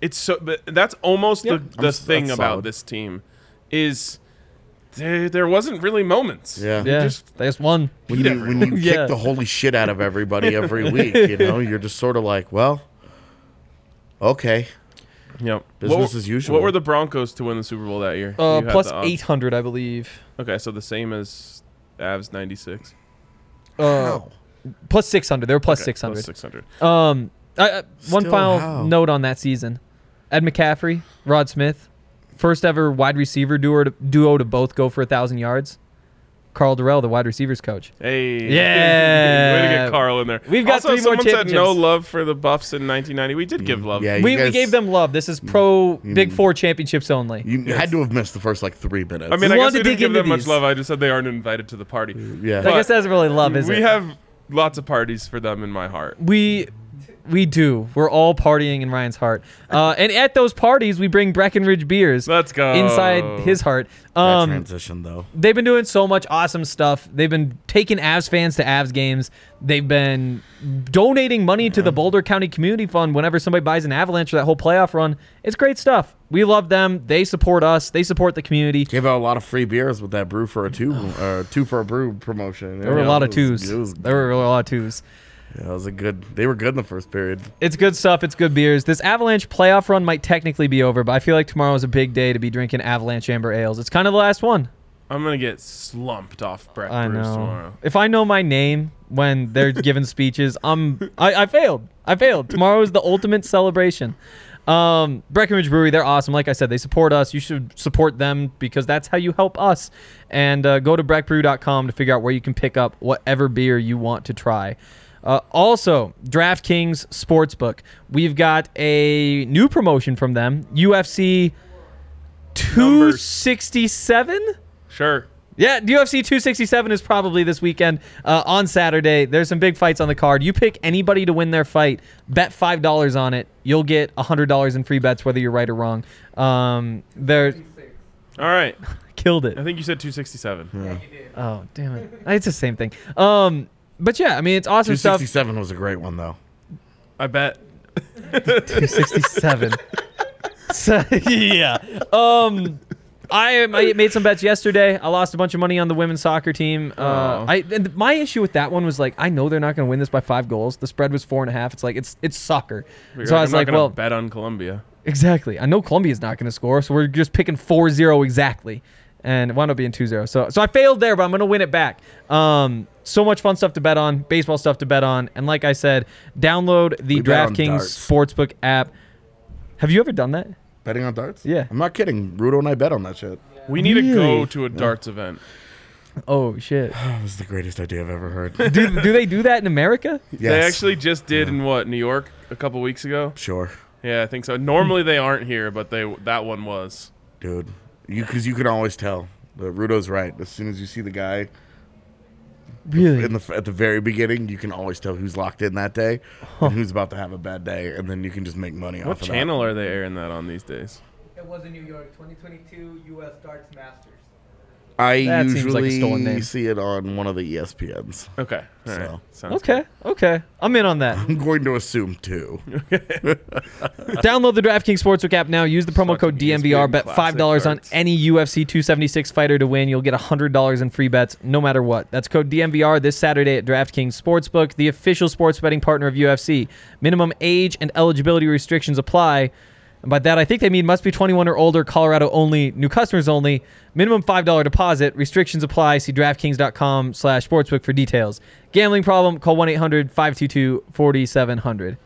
It's so but that's almost Yep. the, the s- thing that's about solid. this team is there, there wasn't really moments. Yeah. Yeah, just- they just won. When you, when you Yeah. kick the holy shit out of (laughs) everybody every week, you know, you're just sort of like, well, okay. Yep. Business what, were- as usual. What were the Broncos to win the Super Bowl that year? Uh, You had plus the odds. eight hundred, I believe. Okay, so the same as Avs ninety six. Uh, Wow. plus six hundred. They were plus six hundred. Six hundred. Um, I, I, one Still final how? note on that season: Ed McCaffrey, Rod Smith, first ever wide receiver duo to, duo to both go for a thousand yards. Carl Durrell, the wide receivers coach. Hey. (laughs) Yeah. Way to get Carl in there. We've got also, three more someone said no championships. love for the Buffs in 1990. We did give love. Mm, Yeah, you We, we guys- Mm, gave them love. This is pro Big Four championships only. You had to have missed the first like three minutes. I mean, We I guess wanted we to didn't dig give them into much these. love. I just said they aren't invited to the party. Mm, yeah. I guess that's really love, is we it? have lots of parties for them in my heart. we we do. We're all partying in Ryan's heart, uh, and at those parties, we bring Breckenridge beers. Let's go. inside his heart. That Um, transition though. they've been doing so much awesome stuff. They've been taking Avs fans to Avs games. They've been donating money to the Boulder County Community Fund whenever somebody buys an Avalanche or that whole playoff run. It's great stuff. We love them. They support us. They support the community. Gave out a lot of free beers with that brew for (sighs) a two, uh, two for a brew promotion. There were a lot of twos. It was, There were a lot of twos. yeah, it was a good. They were good in the first period. It's good stuff. It's good beers. This Avalanche playoff run might technically be over, but I feel like tomorrow is a big day to be drinking Avalanche Amber Ales. It's kind of the last one. I'm gonna get slumped off Brett I Bruce know. tomorrow. If I know my name when (laughs) they're giving speeches, I'm I, I failed. I failed. Tomorrow is the ultimate celebration. Um, Breckenridge Brewery, they're awesome. Like I said, they support us. You should support them because that's how you help us. And uh, go to breckbrew.com to figure out where you can pick up whatever beer you want to try. Uh, also, DraftKings Sportsbook. We've got a new promotion from them, UFC 267. Sure. Yeah, UFC 267 is probably this weekend uh, on Saturday. There's some big fights on the card. You pick anybody to win their fight, bet five dollars on it, you'll get hundred dollars in free bets, whether you're right or wrong. Um, they're All right. killed I it. think you said 267. Oh damn it, it's the same thing. Um, but yeah, I mean it's awesome Two stuff. sixty seven was a great one though. I bet. 267. (laughs) so, yeah. Um, I, I made some bets yesterday. I lost a bunch of money on the women's soccer team. Uh, I and my issue with that one was like I know they're not going to win this by five goals. The spread was four and a half. It's like it's it's soccer. You're so I was I'm not like, gonna well, bet on Columbia. exactly. I know Columbia's not going to score, so we're just picking 4-0 exactly, and it wound up being 2-0. So so I failed there, but I'm going to win it back. Um, so much fun stuff to bet on, baseball stuff to bet on, and like I said, download the We bet on DraftKings darts. sportsbook app. Have you ever done that? Betting on darts? Yeah. I'm not kidding. Rudo and I bet on that shit. We need to go Really? to a darts event. Oh shit! That was the greatest idea I've (laughs) ever heard. Do, do they do that in (laughs) America? They actually just did in what New York a couple weeks ago. Sure, Yeah, I think so. Normally they aren't here, but they that one was. dude. You because you can always tell. The Rudo's right. As soon as you see the guy in the at the very beginning, you can always tell who's locked in that day and who's about to have a bad day, and then you can just make money What off of channel are they airing that on these days? It was in New York, 2022 U.S. Darts Masters. that. I That seems like a usually stolen name. see it on one of the E ESPNs. Okay. All right. So. Sounds Okay, okay, I'm in on that. (laughs) I'm going to assume (laughs) two. Download the DraftKings Sportsbook app now. Use the promo Such code an DMVR. ESPN Bet five classic dollars on darts. any UFC 276 fighter to win. You'll get hundred dollars in free bets, no matter what. That's code DMVR this Saturday at DraftKings Sportsbook, the official sports betting partner of UFC. Minimum age and eligibility restrictions apply. And by that, I think they mean must be 21 or older, Colorado only, new customers only. Minimum $5 deposit. Restrictions apply. See DraftKings.com slash sportsbook for details. Gambling problem? Call 1-800-522-4700.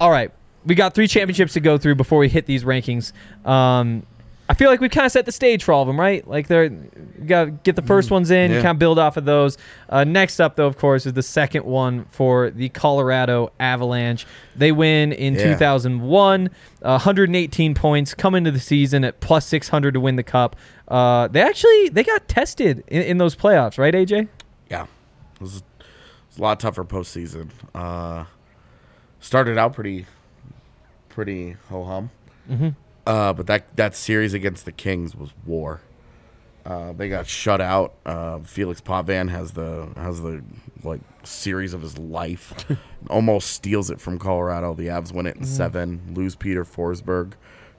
All right. we got three championships to go through before we hit these rankings. Um, I feel like we kind of set the stage for all of them, right? Like they're you got to get the first ones in, Mm, yeah. kind of build off of those. Uh, next up, though, of course, is the second one for the Colorado Avalanche. They win in Yeah. 2001, uh, 118 points, come into the season at plus 600 to win the cup. Uh, they actually they got tested in, in those playoffs, right, AJ? Yeah, it was, it was a lot tougher postseason. Uh, started out pretty, pretty ho hum. Mm-hmm. Uh, but that that series against the Kings was war. Uh, they got shut out. Uh, Felix Pavan has the has the like series of his life. Almost steals it from Colorado. The Avs win it in seven. Lose Peter Forsberg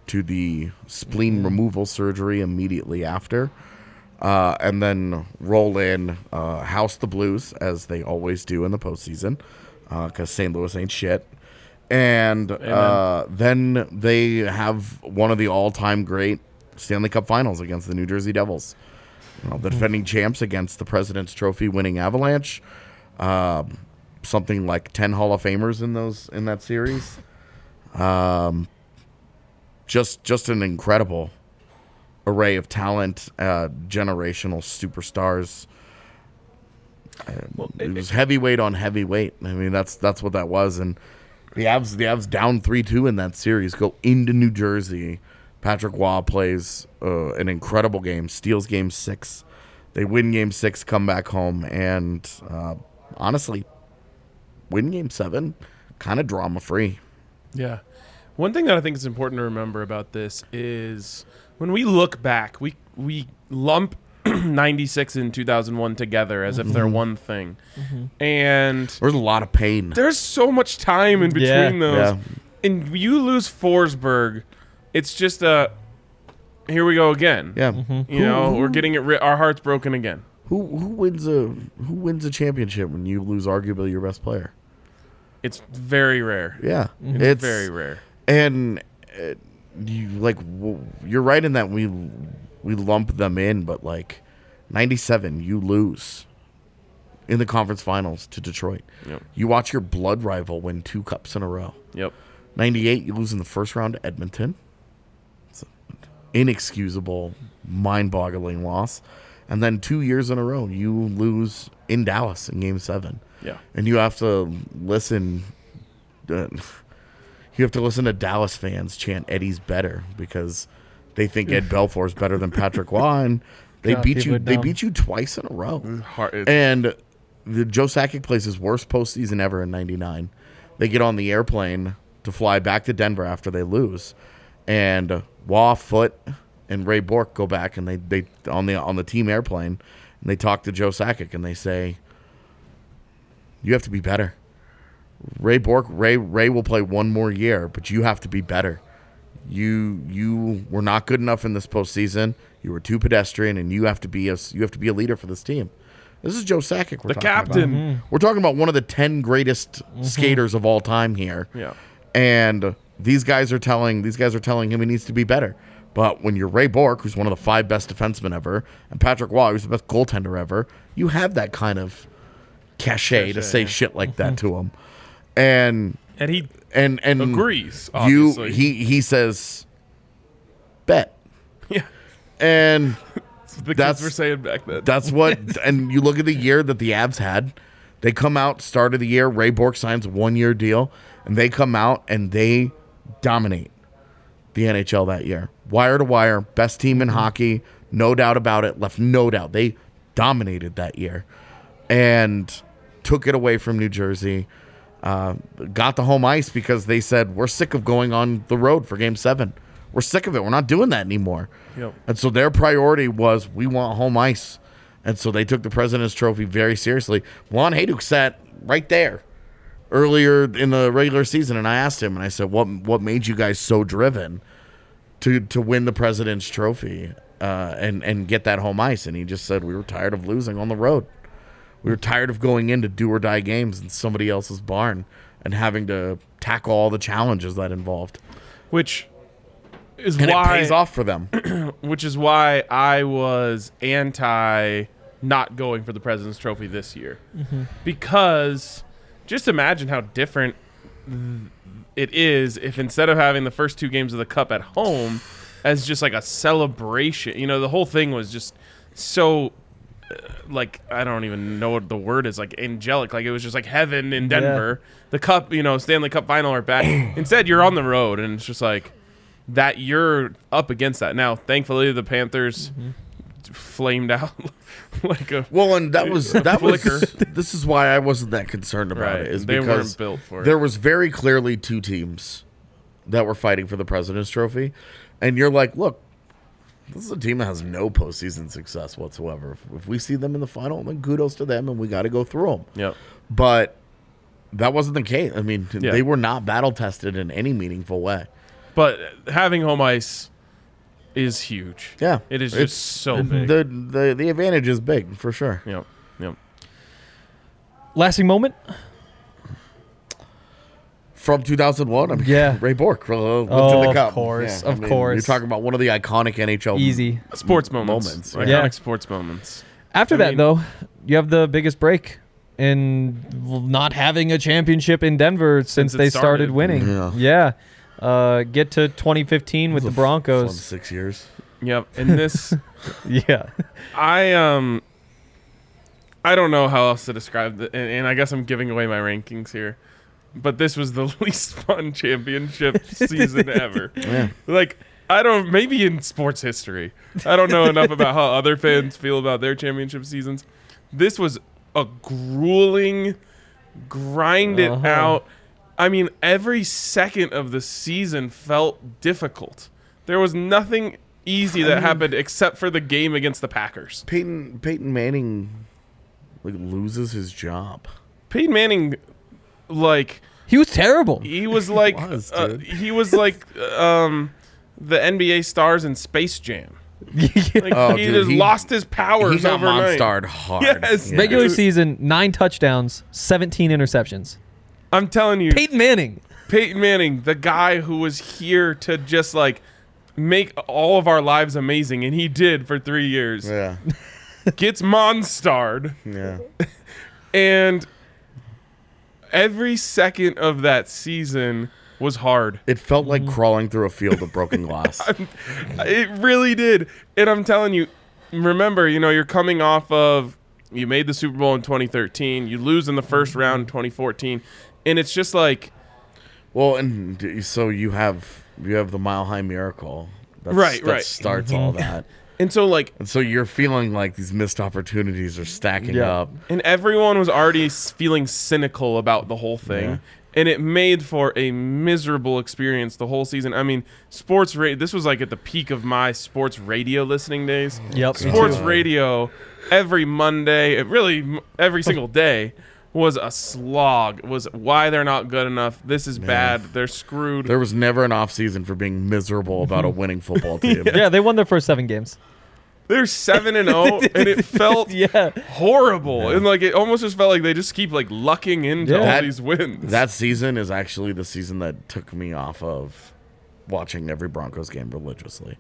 to the spleen removal surgery immediately after, uh, and then roll in uh, house the Blues as they always do in the postseason because St. Louis ain't shit. And uh, then they have one of the all-time great Stanley Cup Finals against the New Jersey Devils. You know, Uh, the defending champs against the President's Trophy winning Avalanche. Um, something like ten Hall of Famers in those in that series. Um, just just an incredible array of talent, uh, generational superstars. Well, it, was heavyweight on heavyweight. I mean, that's that's what that was. And the Avs, the Avs down three two in that series, go into New Jersey. Patrick Waugh plays uh, an incredible game, steals Game Six. They win Game Six, come back home, and uh, honestly, win Game Seven, kind of drama free. Yeah. One thing that I think is important to remember about this is when we look back, we we lump (clears throat) 96 and 2001 together as if they're one thing. And There's a lot of pain. there's so much time in between Yeah. those. Yeah. And you lose Forsberg, it's just a here we go again. Yeah. You know, we're getting it ri- our hearts broken again. Who who wins a who wins a championship when you lose arguably your best player? It's very rare. Yeah, It's, very rare. and uh, you like w- you're right in that we we lump them in but like 97 you lose in the conference finals to detroit Yep. you watch your blood rival win two cups in a row Yep. 98 you lose in the first round to edmonton it's an inexcusable mind-boggling loss and then two years in a row you lose in dallas in game seven Yeah. and you have to listen. Uh, you have to listen to Dallas fans chant "Eddie's better" because they think Ed Belfour is better than Patrick Waugh, and they God, beat people you. are They dumb. beat you twice in a row. Heart, it's- And the Joe Sakic plays his worst postseason ever in '99. They get on the airplane to fly back to Denver after they lose, and Waugh, Foot, and Ray Bork go back and they they on the on the team airplane, and they talk to Joe Sakic and they say, "You have to be better." Ray Bork, Ray Ray will play one more year, but you have to be better. You you were not good enough in this postseason. You were too pedestrian, and you have to be a you have to be a leader for this team. This is Joe Sakic, we're the talking about. captain. We're talking about one of the 10 greatest skaters of all time here. Yeah. And these guys are telling these guys are telling him he needs to be better. But when you're Ray Bork, who's one of the five best defensemen ever, and Patrick Waugh, who's the best goaltender ever, you have that kind of cachet, to say shit like that to him. And And he and and agrees. you Obviously. he he says bet. (laughs) Yeah. And the kids that's- were saying back then. (laughs) That's what. and you look at the year that the Avs had. They come out start of the year. Ray Bork signs a one year deal, and they come out and they dominate the NHL that year, wire to wire, best team in hockey, no doubt about it. Left no doubt. They dominated that year, and took it away from New Jersey. Uh, got the home ice because they said we're sick of going on the road for Game Seven. We're sick of it. We're not doing that anymore. Yep. And so their priority was we want home ice. And so they took the President's Trophy very seriously. Lon Hayduk sat right there earlier in the regular season, and I asked him, and I said, "What what made you guys so driven to to win the President's Trophy uh, and and get that home ice?" And he just said, "We were tired of losing on the road. We were tired of going into do or die games in somebody else's barn and having to tackle all the challenges that involved, which is and why it pays off for them." which is why I was anti not going for the President's Trophy this year because just imagine how different th- it is if instead of having the first two games of the cup at home as just like a celebration, you know, the whole thing was just so uh, like I don't even know what the word is like angelic like it was just like heaven in Denver the cup you know Stanley Cup final are (coughs) back instead you're on the road and it's just like that you're up against that now thankfully the Panthers Mm-hmm. flamed out (laughs) like a Well, and that was that was Flicker. this is why I wasn't that concerned about Right. it is They weren't because built for it. there was very clearly two teams that were fighting for the President's Trophy, and you're like, look, this is a team that has no postseason success whatsoever. If, if we see them in the final, then kudos to them, and we got to go through them. yep But that wasn't the case. I mean, Yeah. they were not battle tested in any meaningful way. But having home ice is huge. Yeah, It is It's- just so big. The, the the advantage is big for sure. yep. Yep. Lasting moment? from 2001. I mean, Yeah. (laughs) Ray Bork. uh, lifted Oh, the of cup. course, I of mean, You're course. talking about one of the iconic NHL Easy. Sports moments. moments, Iconic yeah. Yeah. sports moments. After I that, mean- though, you have the biggest break in not having a championship in Denver since, Since it they started, started. winning. Yeah. Uh, get to 2015 with the Fun Broncos. six years. Yep. And this (laughs) Yeah. I um I don't know how else to describe it, and, and I guess I'm giving away my rankings here. But this was the (laughs) least fun championship season ever. (clears throat) Yeah. Like I don't maybe in sports history. I don't know enough about how other fans feel about their championship seasons. This was a grueling grind it Uh-huh. out. I mean, every second of the season felt difficult. There was nothing easy that happened except for the game against the Packers. Peyton Peyton Manning like loses his job. Peyton Manning, like He was terrible. he (laughs) was like was, uh, dude. he was like um, the NBA stars in Space (laughs) Jam. Like, Oh, he dude, just he- lost his powers he got overnight. monstarred hard. Yes. Yeah. Regular Dude. season, nine touchdowns, 17 interceptions. I'm telling you, Peyton (laughs) Manning. Peyton Manning, the guy who was here to just like make all of our lives amazing, and he did for three years, Yeah. gets monstarred, Yeah. (laughs) and every second of that season was hard. It felt like Mm-hmm. crawling through a field of broken (laughs) glass. It really did. And I'm telling you, remember, you know, you're coming off of you made the Super Bowl in 2013, you lose in the first round in 2014, and it's just like well, and d- so you have you have the Mile High Miracle. That's, Right, that right. starts all that. and so like And so you're feeling like these missed opportunities are stacking Yeah. up. and everyone was already s- feeling cynical about the whole thing and it made for a miserable experience the whole season i mean sports ra- this was like at the peak of my sports radio listening days Yep. sports radio every monday it really m- every single day was a slog was why they're not good enough this is bad they're screwed There was never an off season for being miserable about a winning football team. Yeah, they won their first seven games. they're 7 and 0 and it felt Yeah. horrible and like it almost just felt like they just keep like lucking into Yeah. all That- these wins That season is actually the season that took me off of watching every Broncos game religiously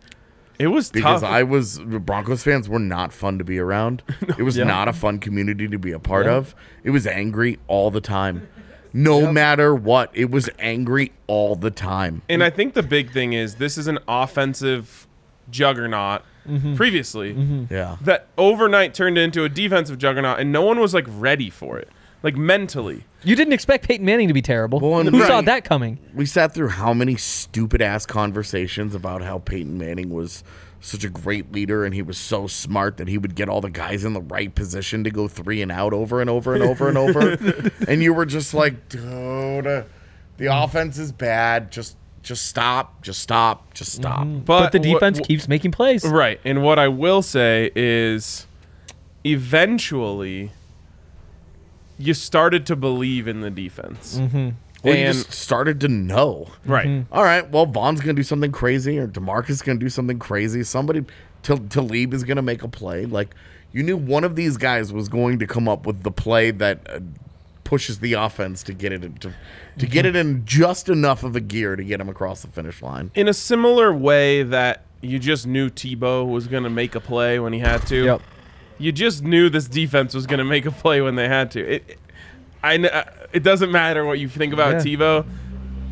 it was because tough I was Broncos fans were not fun to be around. It was not a fun community to be a part of. It was angry all the time. No matter what, it was angry all the time. And I think the big thing is this is an offensive juggernaut Mm-hmm. previously Yeah. that overnight turned into a defensive juggernaut, and no one was like ready for it, like mentally. You didn't expect Peyton Manning to be terrible. Well, and Who saw right. that coming? We sat through how many stupid ass conversations about how Peyton Manning was such a great leader and he was so smart that he would get all the guys in the right position to go three and out over and over and over and over. and you were just like, dude, the offense is bad. Just just stop. Just stop. Just stop. But, the wha- defense wha- keeps making plays. Right. And what I will say is eventually you started to believe in the defense. Mm-hmm. Well, you And- just started to know. Right. All right, well, Vaughn's going to do something crazy, or DeMarcus going to do something crazy. Somebody, Tal- Talib is going to make a play. Like, you knew one of these guys was going to come up with the play that uh, pushes the offense to get it in, to, to get it in just enough of a gear to get him across the finish line. In a similar way that you just knew Tebow was going to make a play when he had to. Yep. you just knew this defense was going to make a uh, play when they had to. It, I, kn- it doesn't matter what you think about Yeah. Tebow.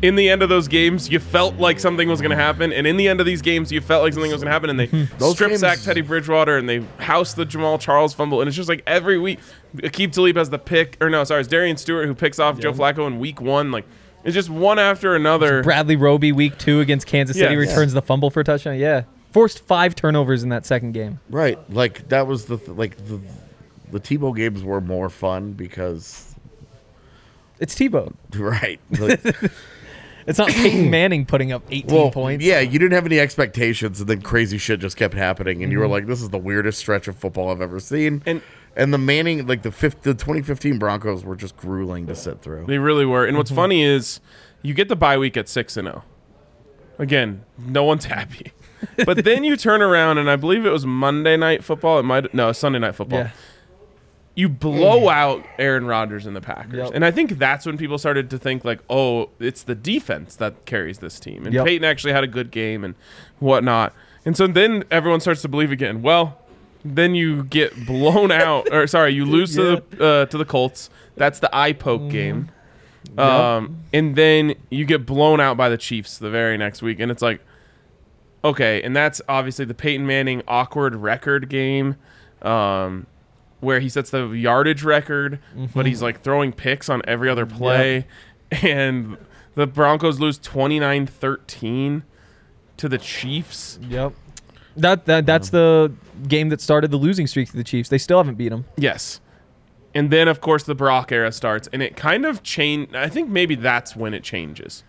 in the end of those games, you felt like something was going to happen, and in the end of these games, you felt like something was going to happen, and they Those strip games- sack Teddy Bridgewater and they house the Jamal Charles fumble, and it's just like every week, Akeem Talib has the pick, or no, sorry, it's Darian Stewart who picks off Joe Flacco in week one, like. It's just one after another. Bradley Roby week two against Kansas City Yeah. returns the fumble for a touchdown. Yeah, forced five turnovers in that second game. Right. Like that was the th- like the the Tebow games were more fun because (laughs) It's Tebow. right. Like, It's (coughs) not Peyton Manning putting up 18 points. Yeah, you didn't have any expectations, and then crazy shit just kept happening, and you were like, "This is the weirdest stretch of football I've ever seen." Mm-hmm. And- and the Manning, like the fifth, the 2015 Broncos were just grueling to sit through. They really were. And what's Mm-hmm. funny is you get the bye week at 6 and 0. Again, no (laughs) one's happy. but then you turn around and I believe it was Monday night football, it might no, Sunday night football. Yeah. You blow out Aaron Rodgers and the Packers. Yep. And I think that's when people started to think like, "Oh, it's the defense that carries this team." And Yep. Peyton actually had a good game and whatnot. And so then everyone starts to believe again. Well, then you get blown out or sorry, you lose to the uh, to the Colts. That's the eye poke game. Um, and then you get blown out by the Chiefs the very next week, and it's like, okay, and that's obviously the Peyton Manning awkward record game, um, where he sets the yardage record, but he's like throwing picks on every other play, and the Broncos lose 29-13 to the Chiefs. Yep. That, that that's the game that started the losing streak to the Chiefs. They still haven't beat them. Yes. And then, of course, the Brock era starts, and it kind of changed. I think maybe that's when it changes.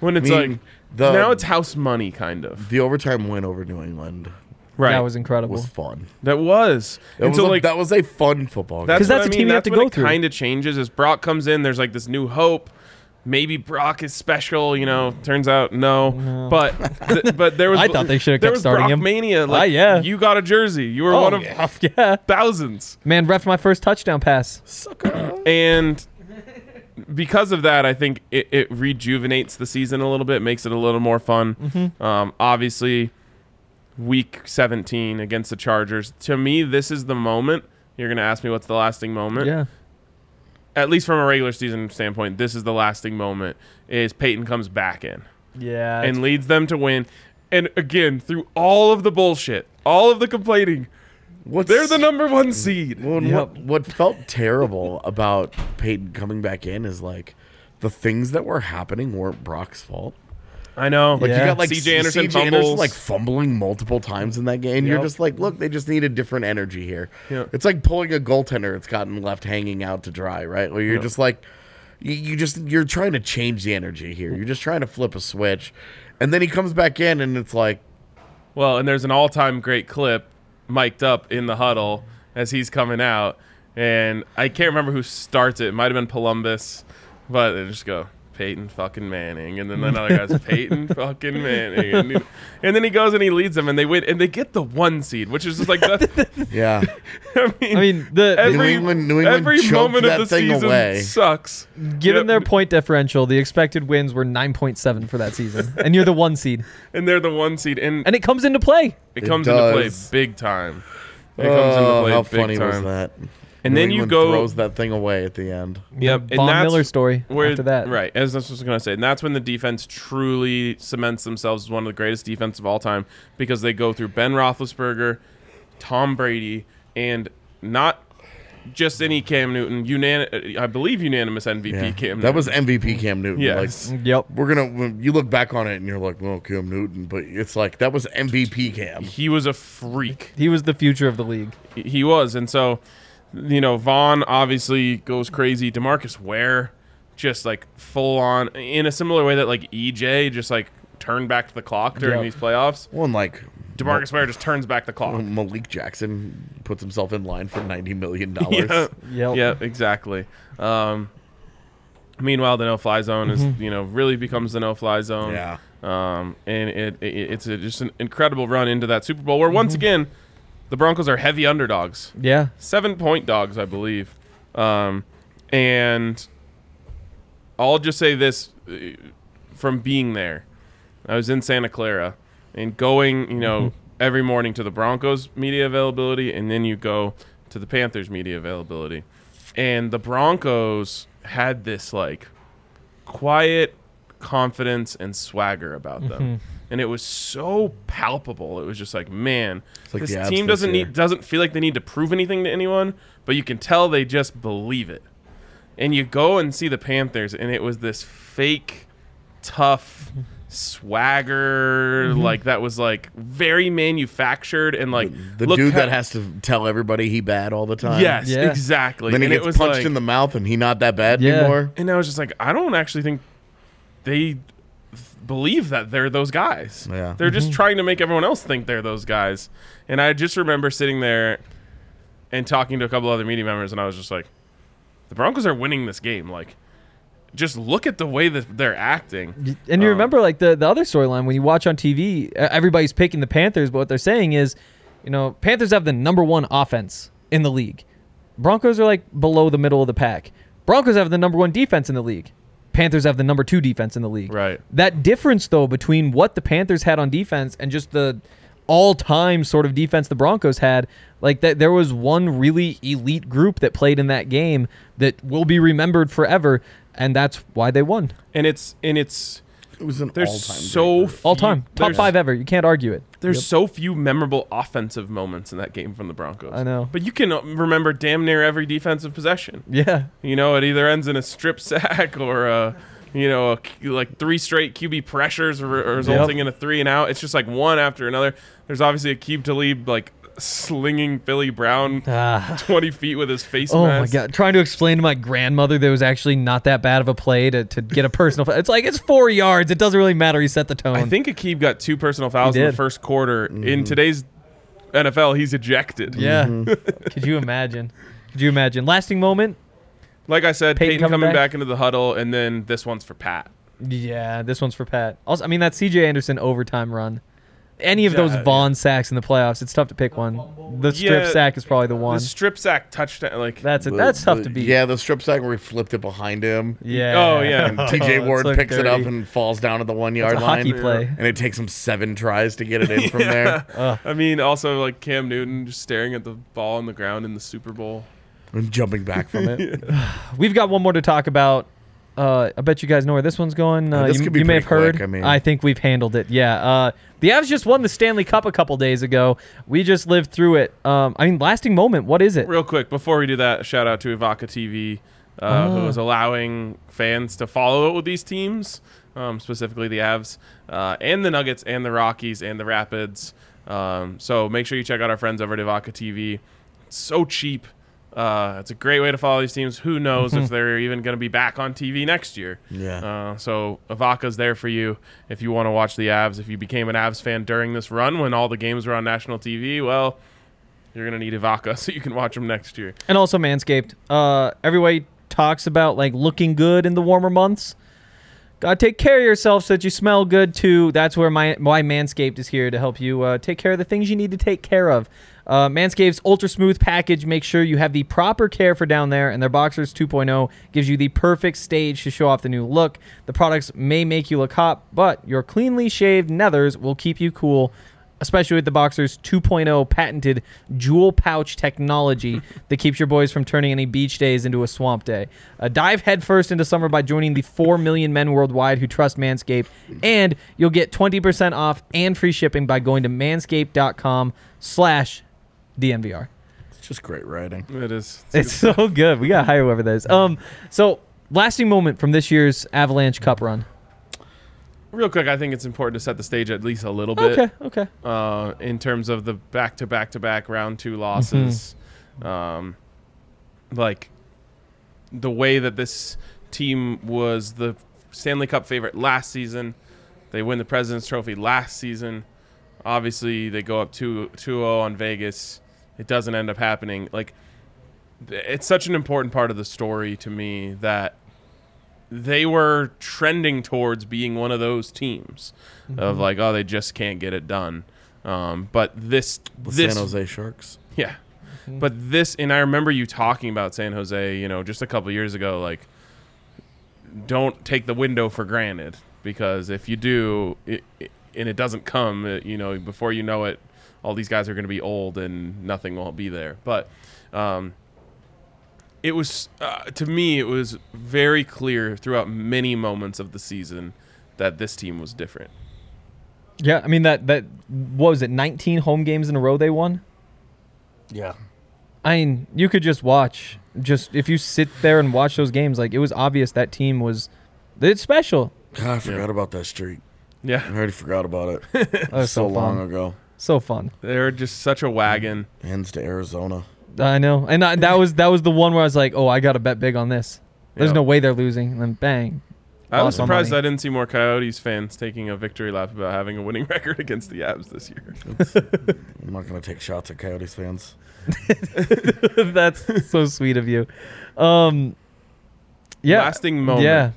When it's mean, like, the- now it's house money, kind of. The overtime win over New England Right. That was incredible. was fun. That was. It and was so, a- like, that was a fun football game. that's 'Cause what that's I a mean. team you have that's to when go it through. kind of changes. As Brock comes in, there's like this new hope. Maybe Brock is special, you know. Turns out, no. But (laughs) th- but there was. I thought they should have there kept was starting Brock him. Mania. Ah, Like, yeah. You got a jersey. You were Oh, one of yeah. (laughs) yeah. thousands. Man, ref my first touchdown pass. and because of that, I think it, it rejuvenates the season a little bit, makes it a little more fun. Mm-hmm. Um, obviously, week 17 against the Chargers. To me, this is the moment. You're going to ask me what's the lasting moment. Yeah. At least from a regular season standpoint, this is the lasting moment is Peyton comes back in Yeah. and leads them to win. And again, through all of the bullshit, all of the complaining, What's- they're the number one seed. Well, and what, Yep. what felt terrible about Peyton coming back in is like the things that were happening weren't Brock's fault. I know. Like Yeah. you got like CJ Anderson CJ Anderson, fumbles. like fumbling multiple times in that game. and You're Yep. just like, look, they just need a different energy here. Yep. It's like pulling a goaltender that's gotten left hanging out to dry, right? Where you're just like, you, you just you're trying to change the energy here. You're just trying to flip a switch, and then he comes back in and (laughs) it's like, Well, and there's an all-time great clip, mic'd up in the huddle as he's coming out, and I can't remember who starts it. It might have been Columbus, but they just go Peyton fucking Manning, and then another (laughs) guy's Peyton fucking Manning, and, he- and then he goes and he leads them, and they win, and they get the one seed, which is just like (laughs) the, yeah, I mean, I mean, the- New England- New England every choked moment that of the thing season away. sucks. Given Yep. their point differential, the expected wins were 9.7 for that (laughs) season. and you're the one seed. and they're the one seed, and, And it comes into play. it It comes into play does. big time. It comes into oh, play how big funny time. was that? And New then you England go- throws that thing away at the end. Yep. Von Miller story after that. Right. As that's what I was going to say. And that's when the defense truly cements themselves as one of the greatest defense of all time because they go through Ben Roethlisberger, Tom Brady, and not just any Cam Newton, unanim- I believe unanimous MVP Yeah. Cam Newton. that was MVP Cam Newton. Yes. Like, Yep. we're gonna when you look back on it and you're like, well, Cam Newton, but it's like that was MVP Cam. He was a freak. He was the future of the league. he was. And so, you know, Vaughn obviously goes crazy. Demarcus Ware just like full on in a similar way that like EJ just like turned back to the clock during Yep. these playoffs. Well, and like Demarcus Ware just turns back the (laughs) clock. Malik Jackson puts himself in line for ninety million dollars. (laughs) Yeah, Yep. yeah, exactly. Um, meanwhile, the no-fly zone is you know really becomes the no-fly zone. Yeah. Um, and it, it it's a, just an incredible run into that Super Bowl where once again the Broncos are heavy underdogs, Yeah. seven-point dogs, I believe. Um, and I'll just say this uh, from being there. I was in Santa Clara and going, you know, Mm-hmm. every morning to the Broncos media availability and then you go to the Panthers media availability. And the Broncos had this like quiet confidence and swagger about them. Mm-hmm. And it was so palpable. It was just like, man, like the this Avs team this doesn't year. need doesn't feel like they need to prove anything to anyone, but you can tell they just believe it. And you go and see the Panthers, and it was this fake, tough swagger, Mm-hmm. like that was like very manufactured and like The look dude how- that has to tell everybody he bad all the time. yes, Yeah. exactly. Then he and gets it was punched like, in the mouth and he not that bad Yeah. anymore. and I was just like, I don't actually think they th- believe that they're those guys. Yeah. They're Mm-hmm. just trying to make everyone else think they're those guys. And I just remember sitting there and talking to a couple other media members, and I was just like, the Broncos are winning this game. Like, just look at the way that they're acting. And you Um, remember like the the other storyline when you watch on TV, e- everybody's picking the Panthers, but what they're saying is, you know, Panthers have the number one offense in the league. Broncos are like below the middle of the pack. Broncos have the number one defense in the league. Panthers have the number two defense in the league. Right. That difference though between what the Panthers had on defense and just the all-time sort of defense the Broncos had, like that there was one really elite group that played in that game that will be remembered forever, and that's why they won. And it's, and it's, It was an all-time. there's so great. few, All time. Top there's- five ever. You can't argue it. There's so few memorable offensive moments in that game from the Broncos. I know. But you can uh, remember damn near every defensive possession. Yeah. You know, it either ends in a strip (laughs) sack or a, you know, a Q- like three straight QB pressures re- resulting in a three and out. It's just like one after another. There's obviously a Keeb Talib like slinging Billy Brown (laughs) 20 feet with his face Ah. Oh my mask. god. Trying to explain to my grandmother there was actually not that bad of a play to, to get a personal foul. It's like it's four yards. It doesn't really matter. He set the tone. I think Akib got two personal fouls in the did. Mm. first quarter. In today's NFL, he's ejected. yeah. (laughs) Could you imagine? Could you imagine? Lasting moment? Like I said, Peyton Peyton, coming coming back? back into the huddle, and then this one's for Pat. Yeah, this one's for Pat. Also I mean that CJ Anderson overtime run. Any of those Yeah, Vaughn sacks in the playoffs, it's tough to pick one. The strip Yeah. sack is probably the one. The strip sack touchdown. Like, That's it. That's tough to beat. Yeah, the strip sack where he flipped it behind him. Yeah. Oh, yeah. (laughs) TJ that's Ward so picks it up dirty. and falls down to the one yard a line. hockey play. And it takes him seven tries to get it (laughs) in from there. I mean, also like Cam Newton just staring at the ball on the ground in the Super Bowl. And jumping back from it. We've got one more to talk about. Uh, I bet you guys know where this one's going. Uh, this you could be you may have pretty heard. quick, I mean. think we've handled it. Yeah. Uh, the Avs just won the Stanley Cup a couple days ago. We just lived through it. Um, I mean, lasting moment. What is it? Real quick, before we do that, shout out to Ivaca TV, uh, who is allowing fans to follow it with these teams, um, specifically the Avs, uh, and the Nuggets, and the Rockies, and the Rapids. Um, so make sure you check out our friends over at Ivaca TV. It's so cheap. Uh, it's a great way to follow these teams. Who knows if they're even going to be back on TV next year? Yeah. Uh, so Avaca's there for you if you want to watch the Avs. If you became an Avs fan during this run when all the games were on national TV, well, you're gonna need Ivaca (laughs) so you can watch them next year. And also Manscaped. Uh, everybody talks about like looking good in the warmer months. Gotta take care of yourself so that you smell good too. That's where my why Manscaped is here to help you uh, take care of the things you need to take care of. Uh, Manscaped's ultra smooth package makes sure you have the proper care for down there, and their Boxers 2.0 gives you the perfect stage to show off the new look. The products may make you look hot, but your cleanly shaved nethers will keep you cool especially with the Boxer's 2.0 patented jewel pouch technology that keeps your boys from turning any beach days into a swamp day. Uh, dive headfirst into summer by joining the 4 million men worldwide who trust Manscaped, and you'll get 20% off and free shipping by going to manscaped.com slash DNVR. It's just great writing. It is. It's so good. We got to hire whoever that is. Um, so, lasting moment from this year's Avalanche Cup run. Real quick, I think it's important to set the stage at least a little bit Okay, okay. uh, in terms of the back to back to back round two losses. Um, like the way that this team was the Stanley Cup favorite last season. They win the President's Trophy last season. Obviously, they go up 2 0 on Vegas. It doesn't end up happening. Like, th- it's such an important part of the story to me that they were trending towards being one of those teams of like, oh, they just can't get it done. Um, but this The this San Jose Sharks. yeah. But this, and I remember you talking about San Jose, you know, just a couple years ago, like, don't take the window for granted because if you do, it, it, and it doesn't come, it, you know, before you know it, all these guys are going to be old and nothing will be there. But um, it was, uh, to me, it was very clear throughout many moments of the season that this team was different. Yeah, I mean that that what was it? 19 home games in a row they won. Yeah. I mean, you could just watch. Just if you sit there and watch those games, like it was obvious that team was it's special. God, I forgot about that streak. I Yeah, already forgot about (laughs) it. That was so so, fun. long ago. So fun. they're just such a wagon. Hands to Arizona. I know. And I, that was that was the one where I was like, "Oh, I got to bet big on this. There's Yeah. no way they're losing." And then (laughs) bang. I was Lost my surprised money. I didn't see more Coyotes fans taking a victory lap about having a winning (laughs) record against the Abs this year. (laughs) I'm not gonna take shots at Coyotes fans. That's so sweet of you. Um Yeah. Lasting moment. Yeah.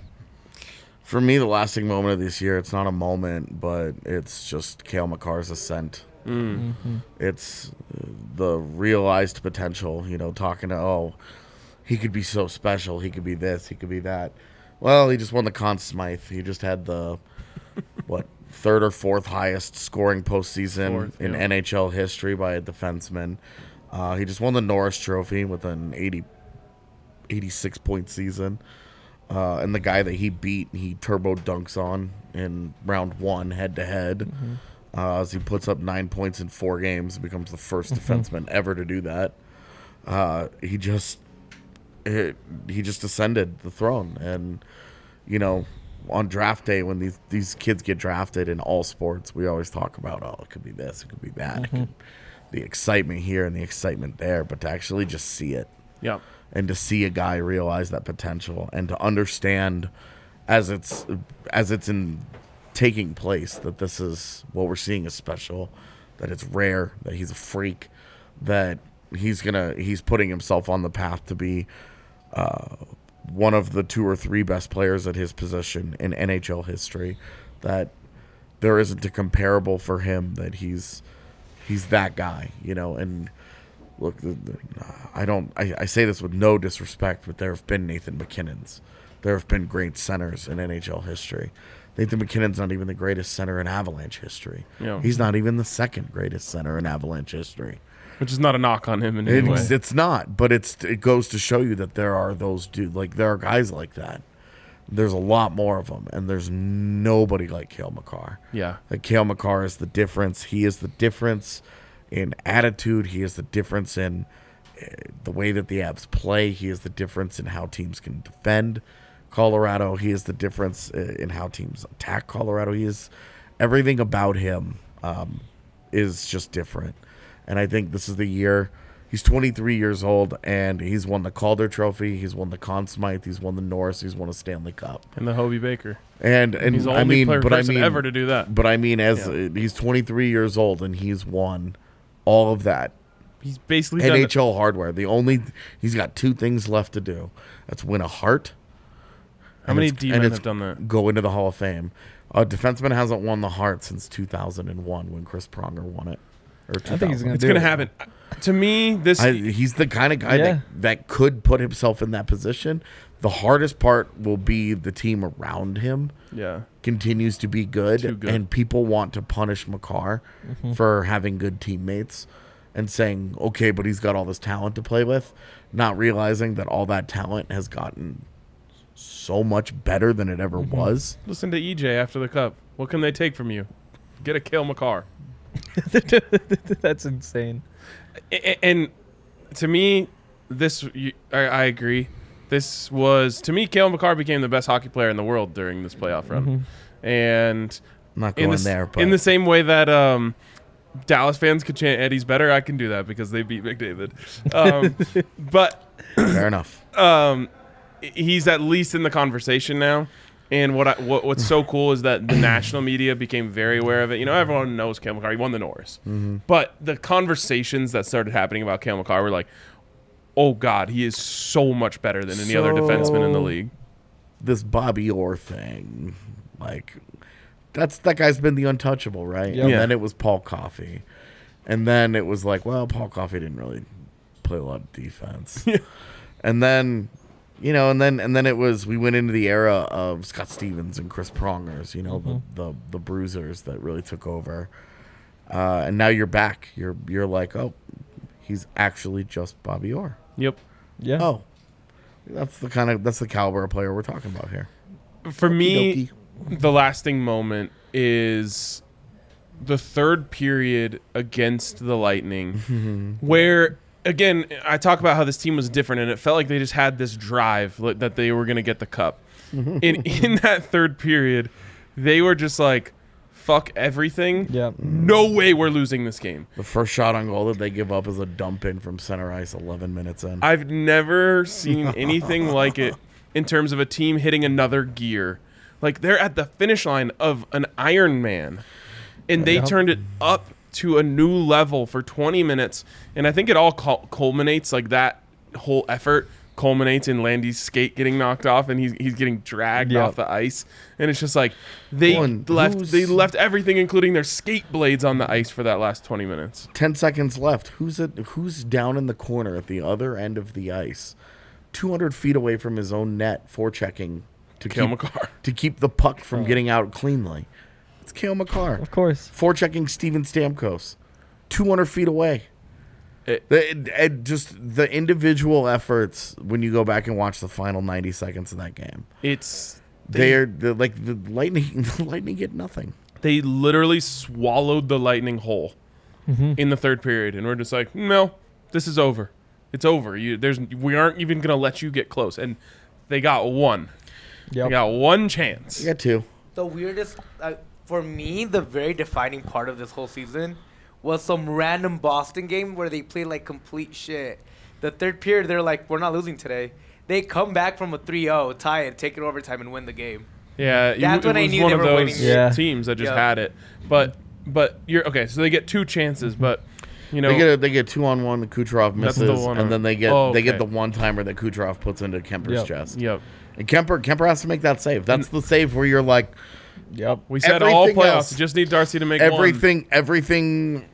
(laughs) For me, the lasting moment of this year, it's not a moment, but it's just Kale McCarr's ascent. Mm-hmm. It's uh, the realized potential, you know, talking to, oh, he could be so special. He could be this. He could be that. Well, he just won the Conn Smythe. He just had the, (laughs) what, third or fourth highest scoring postseason Fourth, in yeah. NHL history by a defenseman. Uh, he just won the Norris Trophy with an 80, 86 point season uh, and the guy that he beat, he turbo dunks on in round one head to head. As he puts up nine points in four games, becomes the first defenseman ever to do that. Uh, he just he, he just ascended the throne, and you know, on draft day when these these kids get drafted in all sports, we always talk about oh, it could be this, it could be that, it could, the excitement here and the excitement there, but to actually just see it Yeah. and to see a guy realize that potential and to understand as it's as it's in taking place that this is what we're seeing is special that it's rare that he's a freak that he's gonna he's putting himself on the path to be uh, one of the two or three best players at his position in nhl history that there isn't a comparable for him that he's he's that guy you know and look, the, the, I don't. I, I say this with no disrespect, but there have been Nathan McKinnons. There have been great centers in NHL history. Nathan McKinnon's not even the greatest center in Avalanche history. Yeah. He's not even the second greatest center in Avalanche history. Which is not a knock on him in any way. It's, it's not, but it's it goes to show you that there are those dude like there are guys like that. There's a lot more of them, and there's nobody like Kale McCarr. Yeah. Like Kale McCarr is the difference. He is the difference in attitude. He is the difference in uh, the way that the Avs play. He is the difference in how teams can defend Colorado. He is the difference uh, in how teams attack Colorado. He is everything about him um, is just different. And I think this is the year. He's 23 years old, and he's won the Calder Trophy. He's won the Conn Smythe. He's won the Norris. He's won a Stanley Cup. And the Hobie Baker. And and He's the only I mean, player but I person mean, ever to do that. But I mean, as uh he's 23 years old and he's won all of that He's basically done it. NHL hardware. The only he's got two things left to do. That's win a heart. How and many it's- D and men it's have done that? Go into the Hall of Fame. A defenseman hasn't won the heart since 2001 when Chris Pronger won it. Or I think he's going to It's do gonna it. happen. To me, this I, he's the kind of guy Yeah. that, that could put himself in that position. The hardest part will be the team around him yeah. continues to be good, Too good. Mm-hmm. and people want to punish McCarr for having good teammates and saying, okay, but he's got all this talent to play with, not realizing that all that talent has gotten so much better than it ever Mm-hmm. was. Listen to EJ after the cup. What can they take from you? Get a Kale McCarr. That's insane. A- a- and to me, this you- I, I agree. This was to me, Kale McCarr became the best hockey player in the world during this playoff run, and I'm not in going the, s- Mm-hmm. there, but in the same way that um, Dallas fans could chant Eddie's better, I can do that because they beat McDavid. (laughs) Um, but fair enough. um, he's at least in the conversation now. And what, I, what what's so cool is that the national media became very aware of it. You know, everyone knows Kale McCarr. He won the Norris, but the conversations that started happening about Kale McCarr were like, "Oh God, he is so much better than any other defenseman in the So- league." This Bobby Orr thing, like, that's that guy's been the untouchable, right? And Yeah. then it was Paul Coffey. And then it was like, well, Paul Coffey didn't really play a lot of defense. and then you know, and then and then it was we went into the era of Scott Stevens and Chris Prongers, you know, the, the the bruisers that really took over. Uh, and now you're back. You're you're like, oh, he's actually just Bobby Orr. Yep. Yeah. Oh, that's the kind of that's the caliber of player we're talking about here. For me, Okey-dokey. the lasting moment is the third period against the Lightning, where again I talk about how this team was different, and it felt like they just had this drive li- that they were going to get the cup. and in that third period, they were just like, "Fuck everything! Yep. No way we're losing this game." The first shot on goal that they give up is a dump in from center ice 11 minutes in. I've never seen anything like it in terms of a team hitting another gear. Like they're at the finish line of an Iron Man, and they turned it up to a new level for 20 minutes. And I think it all cul- culminates like that whole effort culminates in Landy's skate getting knocked off, and he's he's getting dragged Yeah. off the ice. And it's just like they Well, and left who's- they left everything, including their skate blades, on the ice for that last 20 minutes. 10 seconds left. Who's at, who's down in the corner at the other end of the ice? 200 feet away from his own net for checking to Kale Oh. keep, McCarr. to keep the puck from getting out cleanly. It's Kale McCarr. Of course. For checking Steven Stamkos. 200 feet away. It- The- it- it just the individual efforts when you go back and watch the final 90 seconds of that game. It's They're, they're like the lightning (laughs) the lightning get nothing. they literally swallowed the lightning whole Mm-hmm. in the third period and we're just like no this is over it's over you there's we aren't even gonna let you get close and they got one Yep. they got one chance You got two. The weirdest, uh, for me, the very defining part of this whole season was some random Boston game where they played like complete shit. The third period, they're like, we're not losing today. They come back from a 3 0, tie it, take it overtime, and win the game. yeah you- That's it when I was knew one they of were those winning. Yeah. teams that just Yeah. had it but but you're okay so they get two chances but you know They get a, they get two on one that Kucherov That's misses, the one on- and then they get Oh, they get okay. the one timer that Kucherov puts into Kemper's Yep. chest. yep And Kemper Kemper has to make that save. That's the save where you're like Yep. we said all Everything playoffs else- you just need darcy to make one. everything everything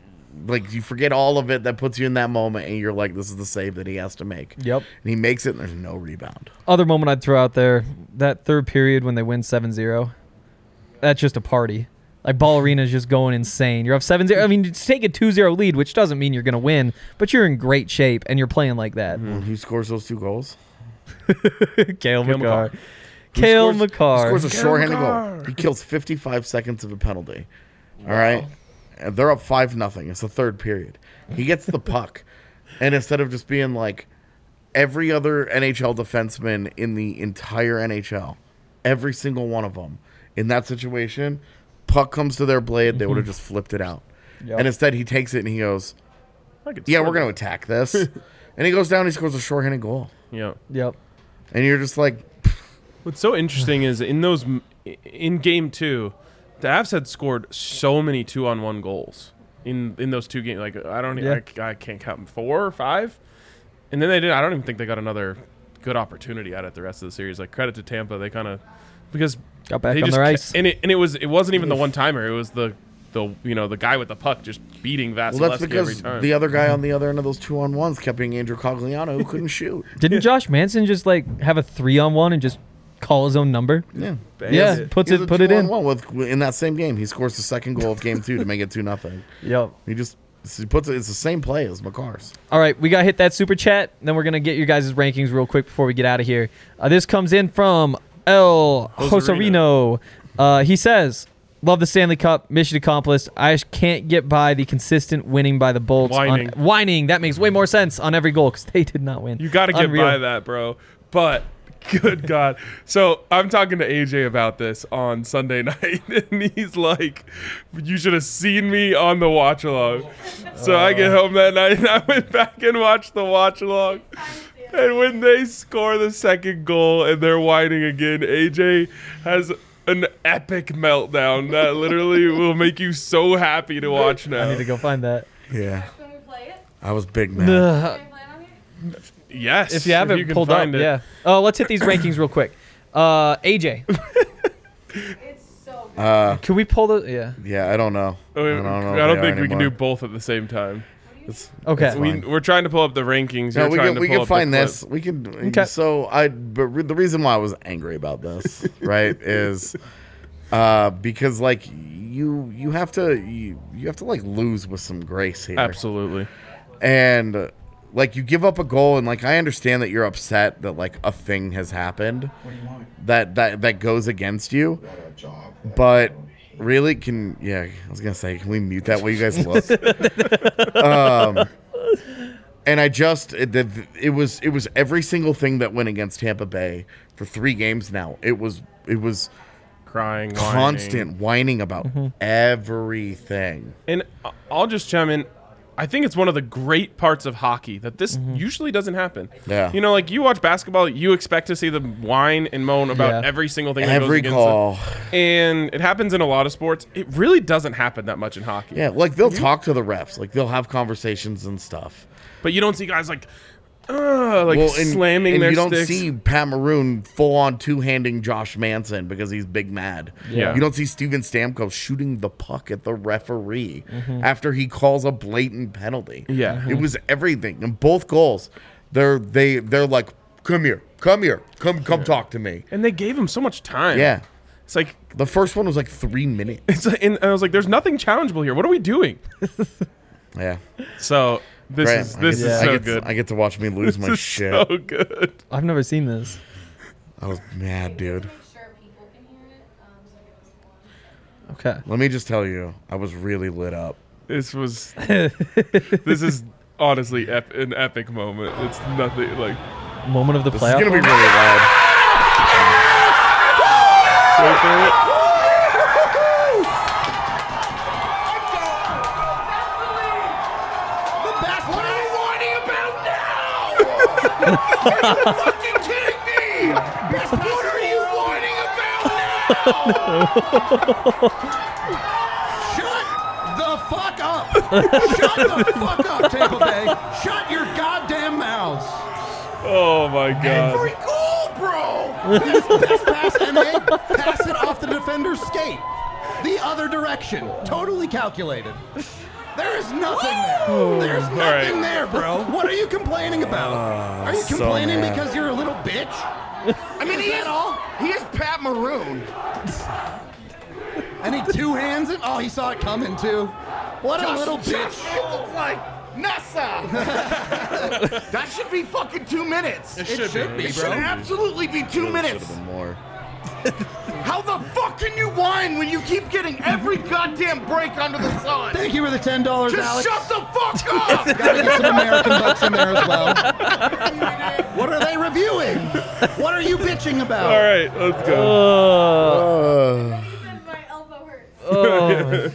like you forget all of it that puts you in that moment, and you're like, this is the save that he has to make. Yep. And he makes it, and there's no rebound. Other moment I'd throw out there that third period when they win 7 0. That's just a party. Like, Ball Arena is just going insane. You're up 7 0. I mean, you take a 2 0 lead, which doesn't mean you're going to win, but you're in great shape and you're playing like that. (laughs) And who scores those two goals? Kale McCarr. McCarr. Kale scores- McCarr. He scores a shorthanded goal. He kills 55 seconds of a penalty. All right. And they're up 5 nothing. It's the third period. He gets the puck. And instead of just being like every other NHL defenseman in the entire NHL, every single one of them in that situation, puck comes to their blade, they would have just flipped it out. Yep. And instead he takes it and he goes, I could "Yeah, score we're going to attack this." and he goes down, he scores a shorthanded goal. that. yep Yep. And you're just like, What's so interesting is in those in game two, the Avs had scored so many two on one goals in in those two games. Like I don't, e, Yeah. I, I can't count them, four or five, and then they did. I don't even think they got another good opportunity out at the rest of the series. Like credit to Tampa, they kind of because Got back they on just their ca- ice. and it and it was it wasn't even the one timer. It was the the you know the guy with the puck just beating Vasilevsky Well, that's every because time. the other guy on the other end of those two on ones kept being Andrew Cogliano, (laughs) who couldn't shoot. Didn't (laughs) Josh Manson just, like, have a three on one and just call his own number? Yeah, yeah. it. Puts He was it, a put it in. two-on-one with in that same game. He scores the second goal of game two to make it two nothing. Yep. He just he puts it. It's the same play as McCars. All right, we got to hit that super chat. Then we're going to get your guys' rankings real quick before we get out of here. Uh, this comes in from El Josarino. Josarino. Uh, he says, Love the Stanley Cup, mission accomplished. I just can't get by the consistent winning by the Bolts. on- Whining. whining. That makes way more sense on every goal because they did not win. You got to get Unreal. by that, bro. But (laughs) (laughs) good God. So I'm talking to AJ about this on Sunday (laughs) night, and he's like, You should have seen me on the watch along. So I get Uh. home that night, and I went back and watched the watch along. And when they score the second goal and they're whining again, AJ has an epic meltdown (laughs) that literally will make you so happy to watch I need now. to go find that. Yeah, Can we play it? I was big man. Can we play it on here? Yes. if you haven't can pulled up, find it. yeah. Oh, let's hit these rankings real quick. Uh, (laughs) AJ, It's so good. Uh, can we pull the? Yeah. yeah, I don't know. Oh, I don't, know if they are think we can do anymore. both at the same time. It's- Okay. it's we, fine. we're trying to pull up the rankings. No, You're we trying can to we pull can up the find clip. this. We can. Okay. So I, but re- the reason why I was angry (laughs) about this, right, is uh, because like you you have to you, you have to like lose with some grace here. Absolutely. And like you give up a goal and like I understand that you're upset that like a thing has happened that that that goes against you. But really can yeah, I was going to say can we mute that while you guys look? Um, and I just it, it it was it was every single thing that went against Tampa Bay for 3 games now. It was it was Crying, whining. constant whining about everything. And I- I'll just chime in. I think it's one of the great parts of hockey that this usually doesn't happen. Yeah. You know, like you watch basketball, you expect to see them whine and moan about Yeah. every single thing. that goes Every against call. Them. And it happens in a lot of sports. It really doesn't happen that much in hockey. Yeah, like they'll Mm-hmm. talk to the refs, like they'll have conversations and stuff. But you don't see guys like, uh, like and- slamming and their you don't sticks. see Pat Maroon full on two handing Josh Manson because he's big mad. Yeah. You don't see Steven Stamkos shooting the puck at the referee after he calls a blatant penalty. Mm-hmm. Yeah. Mhm. It was everything. And both goals, they're they they're like, come here, come here, come come talk to me. and they gave him so much time. Yeah. It's like, (laughs) The first one was like three minutes. it's like and I was like, there's nothing challengeable here. What are we doing? Yeah. So this Grant, is I this get- is I so get, good. I get to watch me lose my This is shit. so good. I've never seen this. I was mad, dude. Make sure people can hear it. Um, so it was (laughs) Okay. Let me just tell you, I was really lit up. This was. this is honestly ep- an epic moment. It's nothing like. Moment of the This is gonna playoff. be really loud. What are you whining about now? (laughs) Are you fucking kidding me? What are you whining about now? Shut the fuck up. Shut the fuck up, Tampa Bay. Shut your goddamn mouths. Oh my Every god. Um, goal, bro. Best, best pass, and they pass it off the defender's skate. The other direction. Totally calculated. There is nothing there. There's nothing right. there, bro. What are you complaining about? Uh, are you so complaining mad. because you're a little bitch? I mean, he is all. He is Pat Maroon. and he two hands it. Oh, he saw it coming too. What a little bitch. It looks like uh, NASA. (laughs) that should be fucking two minutes. It should be, It bro. should absolutely be two Should've minutes. (laughs) been more. How the fuck can you whine when you keep getting every goddamn break under the sun? Thank you for the ten dollars, Just Alex. shut the fuck (laughs) up. Gotta get some American bucks in there as well. what are they reviewing? What are you bitching about? All right, let's go. Uh, He said (laughs) my elbow hurts. Oh.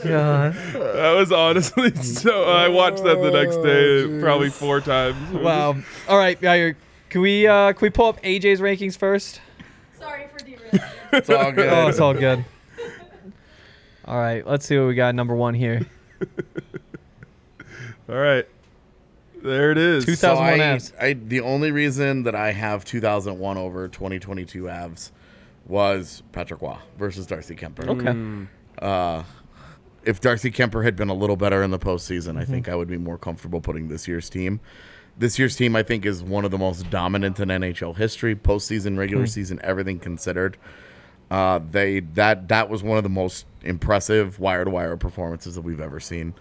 That was honestly (laughs) so. I watched that the next day probably four times. Wow. All right, Yair, can we uh, can we pull up AJ's rankings first? Sorry for derailing. it's all good. Oh, it's all good. (laughs) All right, let's see what we got. Number one (laughs) here, All right. There it is. 2000 So 2001 I, Avs. I, the only reason that I have 2001 over 2022 Avs was Patrick Waugh versus Darcy Kemper. Okay. If Darcy Kemper had been a little better in the postseason, I Mm-hmm. think I would be more comfortable putting this year's team. This year's team, I think, is one of the most dominant in NHL history, postseason, Mm. regular season, everything considered. Uh, they that that was one of the most impressive wire to wire performances that we've ever seen.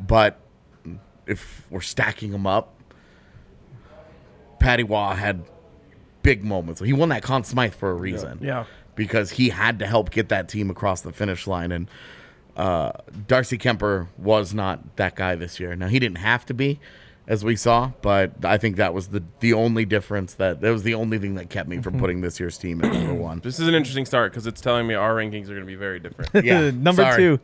But if we're stacking them up, Patty Waugh had big moments. He won that Conn Smythe for a reason. Yeah. Because he had to help get that team across the finish line. And uh, Darcy Kemper was not that guy this year. Now, he didn't have to be, as we saw, but I think that was the, the only difference that that was the only thing that kept me Mm-hmm. from putting this year's team at number one. (clears throat) This is an interesting start because it's telling me our rankings are going to be very different. Yeah. (laughs) number Hmm, sorry. two.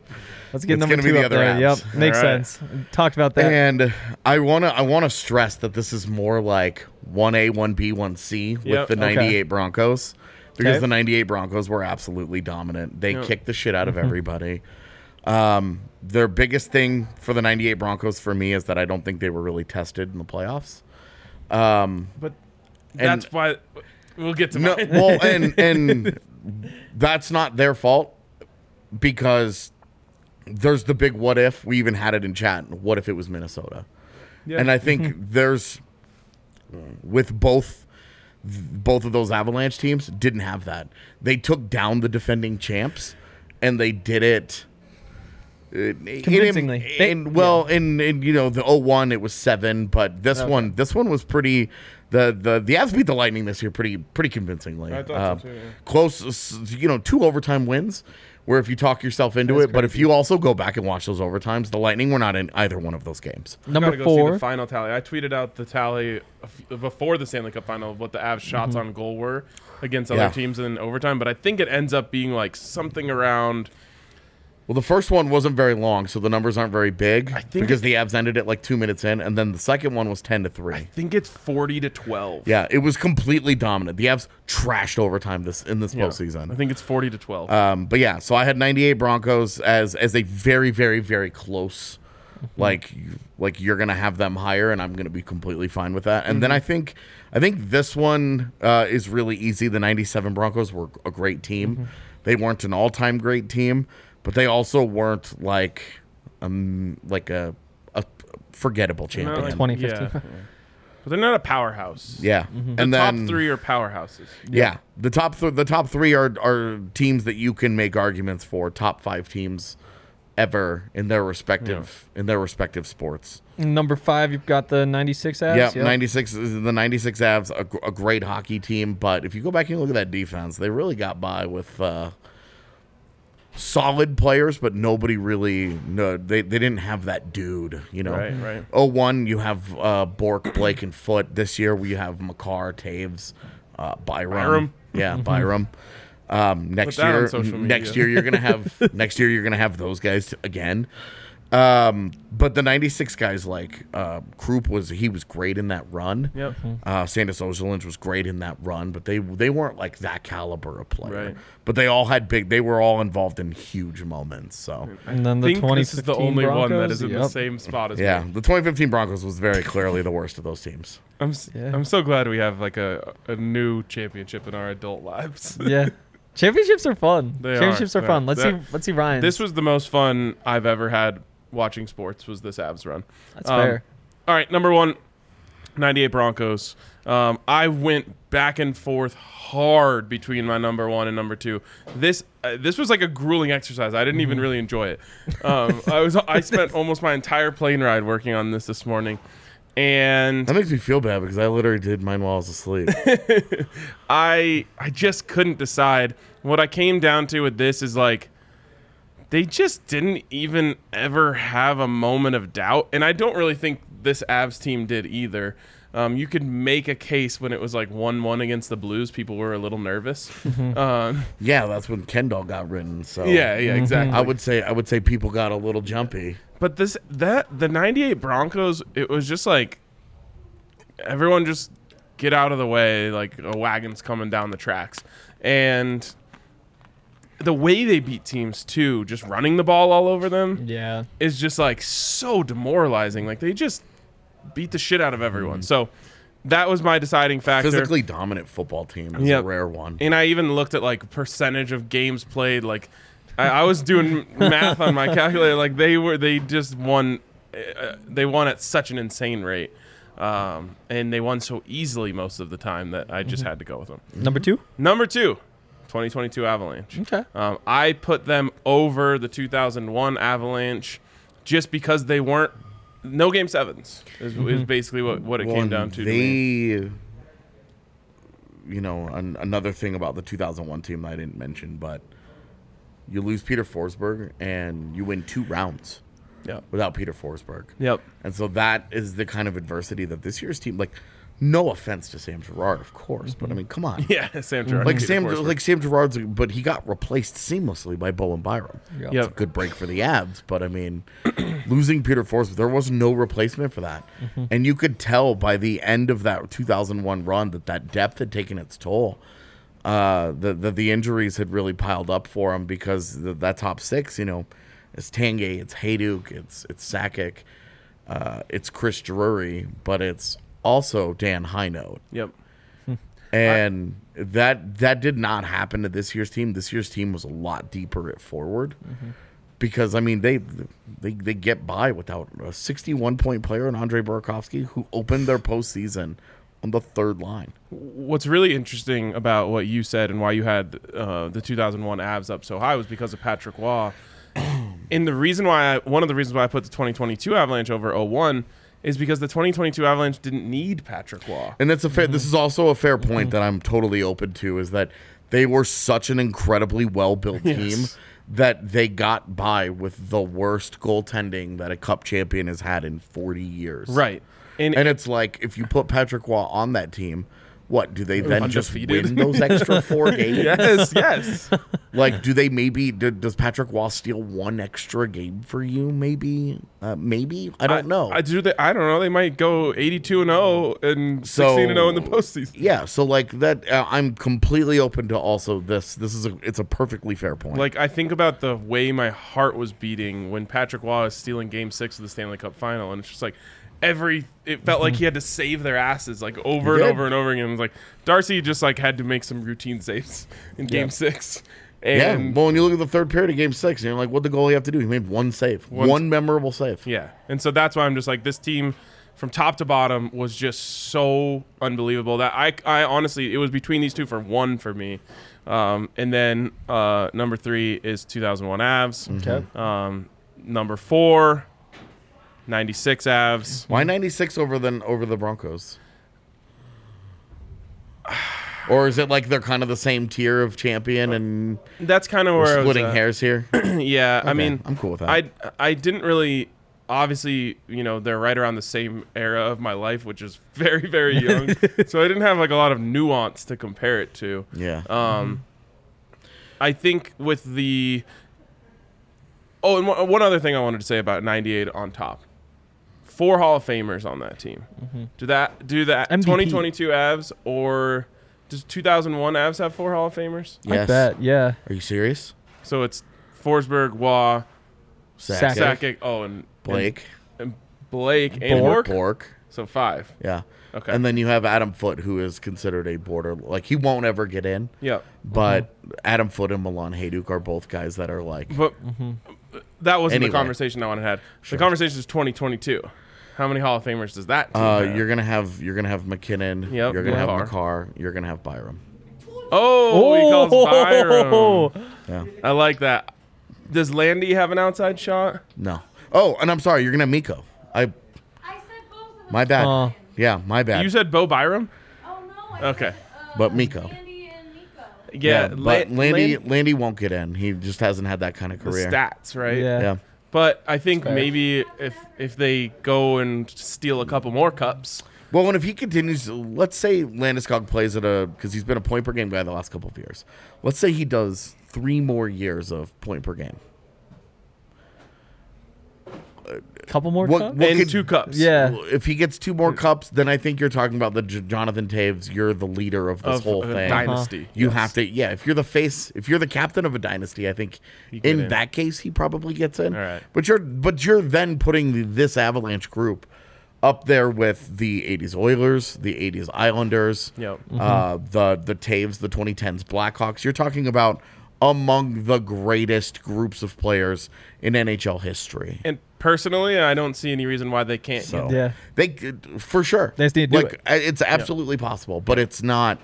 Let's get It's number gonna two be the up other there. Avs. Yep, makes All right. sense. Talked about that. And I wanna I wanna stress that this is more like one A, one B, one C with Yep. the Okay. ninety eight Broncos. Because Okay. the ninety eight Broncos were absolutely dominant. They kicked the shit out Mm-hmm. of everybody. Um, their biggest thing for the ninety eight Broncos for me is that I don't think they were really tested in the playoffs. Um, But (laughs) that's why we'll get to No, mine. well, (laughs) and and that's not their fault because there's the big what if. We even had it in chat. What if it was Minnesota? And (laughs) I think there's with both both of those Avalanche teams didn't have that. They took down the defending champs and they did it it- it- Convincingly. And, They- well, and, and you know the 01 it was seven, but this one this one was pretty. The the the Avs beat the Lightning this year pretty pretty convincingly. I thought so Uh, too, yeah. Close, s- you know, two overtime wins. Where if you talk yourself into it, but if you also go back and watch those overtimes, the Lightning were not in either one of those games. Number gotta go see four. the final tally. I tweeted out the tally of- before the Stanley Cup final of what the Avs shots Mm-hmm. on goal were against other Yeah. teams in overtime, but I think it ends up being like something around. Well, the first one wasn't very long, so the numbers aren't very big think because it- the Avs ended it like two minutes in, and then the second one was ten to three. I think it's forty to twelve. Yeah, it was completely dominant. The Avs trashed overtime this in this postseason. I think it's forty to twelve. Um, but yeah, so I had 98 Broncos as as a very very very close like like you're going to have them higher and I'm going to be completely fine with that. And then I think I think this one uh, is really easy. The 97 Broncos were a great team. They weren't an all-time great team, but they also weren't like um like a a forgettable champion. like- 2015. Yeah. but they're not a powerhouse. Yeah. And top then three are powerhouses. Yeah, the top th- the top three are are teams that you can make arguments for. Top five teams ever in their respective in their respective sports. Number five, you've got the 96 abs. yeah, ninety six the ninety six Avs a, gr- a great hockey team, but if you go back and look at that defense, they really got by with. Uh, Solid players, but nobody really. No, they, they didn't have that dude. You know, Right, right. Oh one, you have uh, Bork, Blake, and Foot. This year we have McCarr, Taves, uh, Byram. Byram. (laughs) Yeah, Byram. Um, next that on year, social media. next year you're (laughs) gonna have next year you're gonna have those guys again. Um, but the '96 guys like uh, Krupp was he was great in that run. Yep. Uh, Sandus Ozelinch was great in that run, but they they weren't like that caliber of player. Right. But they all had big. They were all involved in huge moments. So And then the I think this is 2016 the only Broncos. one that is in the Yep. same spot as yeah, me. the 2015 Broncos was very clearly the worst of those teams. I'm s- Yeah. I'm so glad we have like a, a new championship in our adult lives. (laughs) yeah. Championships are fun. They are. Championships are, They are. fun. Let's That- see. Let's see Ryan. This was the most fun I've ever had watching sports. Was this Avs run? Um, That's fair. All right, number one, 98 Broncos. Um, I went back and forth hard between my number one and number two. This uh, this was like a grueling exercise. I didn't Mm-hmm. even really enjoy it. Um, I was (laughs) I spent almost my entire plane ride working on this this morning, and That makes me feel bad because I literally did mine while I (laughs) was asleep. I I just couldn't decide. What I came down to with this is like they just didn't even ever have a moment of doubt, and I don't really think this Avs team did either. Um, you could make a case when it was like one-one against the Blues, people were a little nervous. um, yeah, that's when Kendall got written. So yeah, yeah, exactly. I would say I would say people got a little jumpy. But this that the '98 Broncos, it was just like everyone just get out of the way, like a wagon's coming down the tracks, and the way they beat teams too, just running the ball all over them, yeah. is just like so demoralizing. Like they just beat the shit out of everyone. So that was my deciding factor. Physically dominant football team is Yep. a rare one. And I even looked at like percentage of games played. Like I, I was doing math on my calculator. Like they were, they just won. Uh, they won at such an insane rate, um, and they won so easily most of the time that I Mm-hmm. just had to go with them. Number two. Number two, 2022 Avalanche. Okay. Um, I put them over the 2001 Avalanche just because they weren't. No game sevens is, is basically what, what it Well, came and down to. to Mm-hmm. They, me. you know, an, another thing about the 2001 team that I didn't mention, but you lose Peter Forsberg and you win two rounds Yep. (laughs) without Peter Forsberg. Yep. And so that is the kind of adversity that this year's team, like, no offense to Sam Gerard, of course, but I mean, come on. Mm-hmm. (laughs) Yeah, Sam Gerrard. Like Peter Sam, Forsberg. like Sam Gerard's, but he got replaced seamlessly by Bowen Byram. Yeah. It's a good break for the Abs, but I mean, (clears throat) losing Peter Forsberg, there was no replacement for that, and you could tell by the end of that 2001 run that that depth had taken its toll. Uh, the, the the injuries had really piled up for him because the, that top six, you know, it's Tanguay, it's Hayduk, it's it's Sakic, uh, it's Chris Drury, but it's also Dan Highnote Yep. and that that did not happen to this year's team. This year's team was a lot deeper at forward because I mean they they they get by without a 61 point player in Andre Burakovsky who opened their postseason on the third line. what's really interesting about what (clears throat) you said and why you had uh, the 2001 Avs up so high was because of Patrick Waugh. and the reason why I, one of the reasons why I put the 2022 Avalanche over 01 is because the 2022 Avalanche didn't need Patrick Waugh. And that's a fair. This is also a fair point that I'm totally open to is that they were such an incredibly well built team Yes. that they got by with the worst goaltending that a Cup champion has had in 40 years. Right. And, And it's like if you put Patrick Waugh on that team, what do they then undefeated. (laughs) just win those extra four games? yes, yes. (laughs) Like, do they maybe do, does Patrick Waugh steal one extra game for you? Maybe, uh, maybe I don't know. I do. The, I don't know. They might go 82 and 0 and So- 16 and 0 in the postseason. yeah so like that uh, i'm completely open to also this this is a it's a perfectly fair point Like I think about the way my heart was beating when Patrick Waugh is stealing Game Six of the Stanley Cup Final, and it's just like every it felt like he had to save their asses like over and did. over and over again. It was like Darcy just like had to make some routine saves in Game Six, yeah and well when you look at the third period of game six and you're like what the goalie have to do he made one save One- one, memorable save Yeah. And so that's why I'm just like this team from top to bottom was just so unbelievable that I, I honestly it was between these two for one for me. Um, and then uh, number three is 2001 Avs. Okay. Um, number four, 96 Avs. why 96 over than over the broncos or is it like they're kind of the same tier of champion and That's kind of where I we're was splitting at. hairs here (laughs) (coughs) yeah, I Okay, mean, I'm cool with that. I I didn't really. Obviously, you know they're right around the same era of my life, which is (laughs) very, very (laughs) young. so I didn't have like a lot of nuance to compare it to. yeah Mm-hmm. Um, I think with the oh, and one one other thing I wanted to say about '98 on top, four Hall of Famers on that team. Mm-hmm. Do that? Do that? MVP. 2022 Avs or does 2001 Avs have four Hall of Famers? I yes bet. Yeah. are you serious So it's Forsberg, Waugh, Sack, Sakic. Sakic, oh, and blake and, and Blake, and Bork. Bork. Bork. So five. yeah Okay. and then you have adam foote who is considered a border like he won't ever get in Yep. But Mm-hmm. Adam Foote and Milan Hayduk are both guys that are like But that wasn't the Mm-hmm. Anyway. conversation I wanted to have. The conversation is 2022. How many Hall of Famers does that? team uh, have? you're gonna have you're gonna have McKinnon, Yep, you're gonna have Makar. McCarr, you're gonna have Byram. Oh, he calls Oh. Byram. Yeah. I like that. Does Landy have an outside shot? No. Oh, and I'm sorry, you're gonna have Miko. I I said both of them. my bad. Aw. yeah, my bad. You said Bo Byram? Oh no. I Okay. Said, uh, But Miko. Sandy and Miko. yeah, La- but Landy Lan- Landy won't get in. He just hasn't had that kind of the career. stats, right? Yeah. Yeah. But I think maybe if if they go and steal a couple more cups, Well, and if he continues, let's say Landeskog plays at a because he's been a point per game guy the last couple of years. Let's say he does three more years of point per game. (laughs) Couple more What- cups? what- Well, and could- two cups yeah. Well, If he gets two more cups, then I think you're talking about the J- Jonathan Taves. You're the leader of this of whole a thing. Uh-huh. dynasty. You have to, yeah. If you're the face, if you're the captain of a dynasty, I think get in, in. that case he probably gets in. All right. But you're, but you're then putting this Avalanche group up there with the '80s Oilers, the '80s Islanders, Yep. uh, Mm-hmm. the the Taves, the 2010s Blackhawks. You're talking about among the greatest groups of players in NHL history. And personally, I don't see any reason why they can't. So Yeah. they could- for sure. They just need to do like it. I- it's absolutely possible, but it's not.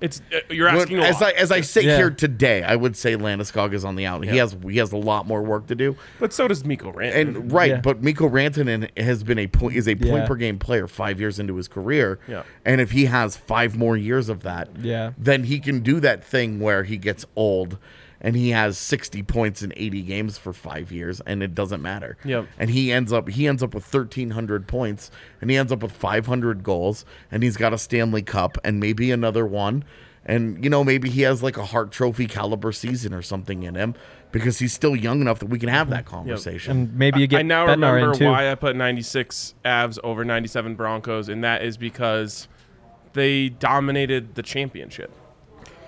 It's uh, you're asking a as I lot. as I sit Yeah. here today, I would say Landeskog is on the out. He has he has a lot more work to do. but so does Miko Rantanen. And right, Yeah. but Miko Rantanen has been a point is a point Yeah. per game player five years into his career. Yeah. And if he has five more years of that, Yeah. then he can do that thing where he gets old and he has 60 points in 80 games for 5 years and it doesn't matter. Yep. And he ends up he ends up with 1300 points and he ends up with 500 goals and he's got a Stanley Cup and maybe another one and you know maybe he has like a Hart Trophy caliber season or something in him because he's still young enough that we can have that conversation. And maybe you get I now Bednar remember in too. why I put 96 Avs over 97 Broncos, and that is because they dominated the championship.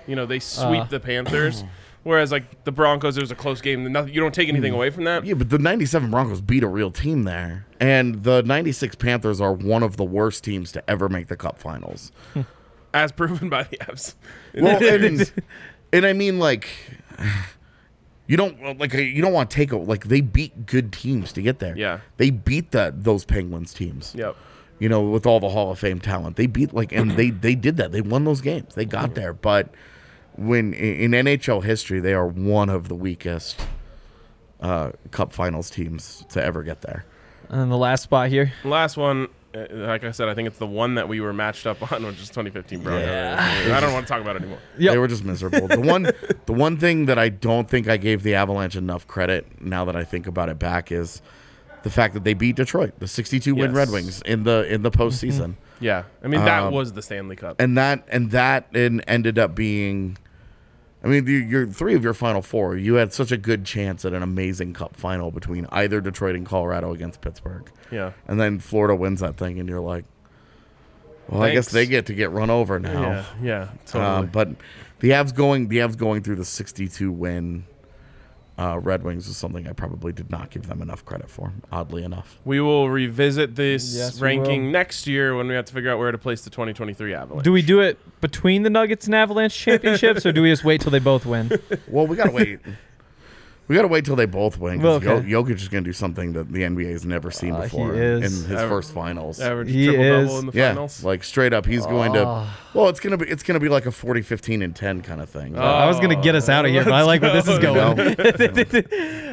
You know, they sweep Uh. the Panthers, (clears throat) whereas like the Broncos, it was a close game. Nothing, you don't Hmm. take anything away from that. Yeah, but the 97 Broncos beat a real team there. And the 96 Panthers are one of the worst teams to ever make the cup finals. as (laughs) proven by the Avs. Well, and, and I mean, like, (sighs) you don't like you don't want to take a, like they beat good teams to get there. Yeah. they beat that those Penguins teams. Yep. you know, with all the Hall of Fame talent, they beat like and they they did that. They won those games. They got there, but when in, in NHL history, they are one of the weakest uh, Cup Finals teams to ever get there. And the last spot here. Last one, uh, like I said, I think it's the one that we were matched up on, which is 2015 Broncos. I don't want to talk about it anymore. Yep. They were just miserable. (laughs) the one, the one thing that I don't think I gave the Avalanche enough credit now that I think about it back is the fact that they beat Detroit, the 62 win Yes. Mm-hmm. Red Wings in the in the postseason, Yeah, I mean that Um, was the Stanley Cup. and that and that and ended up being. I mean, you- your three of your final four, you had such a good chance at an amazing cup final between either Detroit and Colorado against Pittsburgh. yeah, And then Florida wins that thing, and you're like, well, I guess Thanks. they get to get run over now. yeah, yeah, totally. Um, but the Avs going the Avs going through the 62 win uh, Red Wings is something I probably did not give them enough credit for. Oddly enough, we will revisit this Yes, we ranking will. next year when we have to figure out where to place the 2023 Avalanche. Do we do it between the Nuggets and Avalanche championships, or do we just wait till they both (laughs) win? well, we gotta wait. (laughs) We gotta wait till they both win. 'cause Well, okay. Jo- Jokic is gonna do something that the NBA has never seen Uh, he before in is. his Ever- first finals. Average He triple double is- in the yeah, finals. like straight up, he's going to. Well, it's gonna be it's gonna be like a 40, 15, and 10 kind of thing. I was gonna get us out of here, but I like where this Oh, is You going. (laughs) know? (laughs) All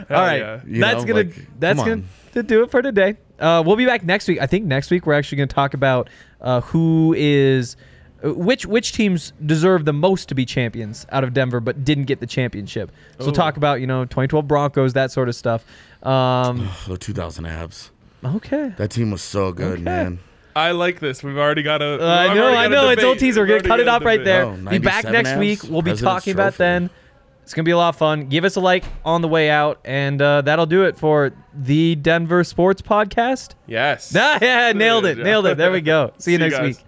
right, yeah. You that's know, gonna like, that's come gonna on. to do it for today. Uh, we'll be back next week. I think next week we're actually gonna talk about uh, who is uh, which which teams deserve the most to be champions out of Denver, but didn't get the championship. So we'll talk about you know 2012 Broncos, that sort of stuff. (sighs) Um, the 2000 Avs. okay. That team was so good, man. I like this. We've already got a. I know, I know. It's old teaser. We're gonna cut it off right there. Oh, be back 97 next abs, week. We'll be President's talking about Trophy. then. It's gonna be a lot of fun. Give us a like on the way out, and uh, that'll do it for the Denver Sports Podcast. Yes. Ah, (laughs) yeah, nailed it, Yeah. nailed it. There we go. See you next guys. week.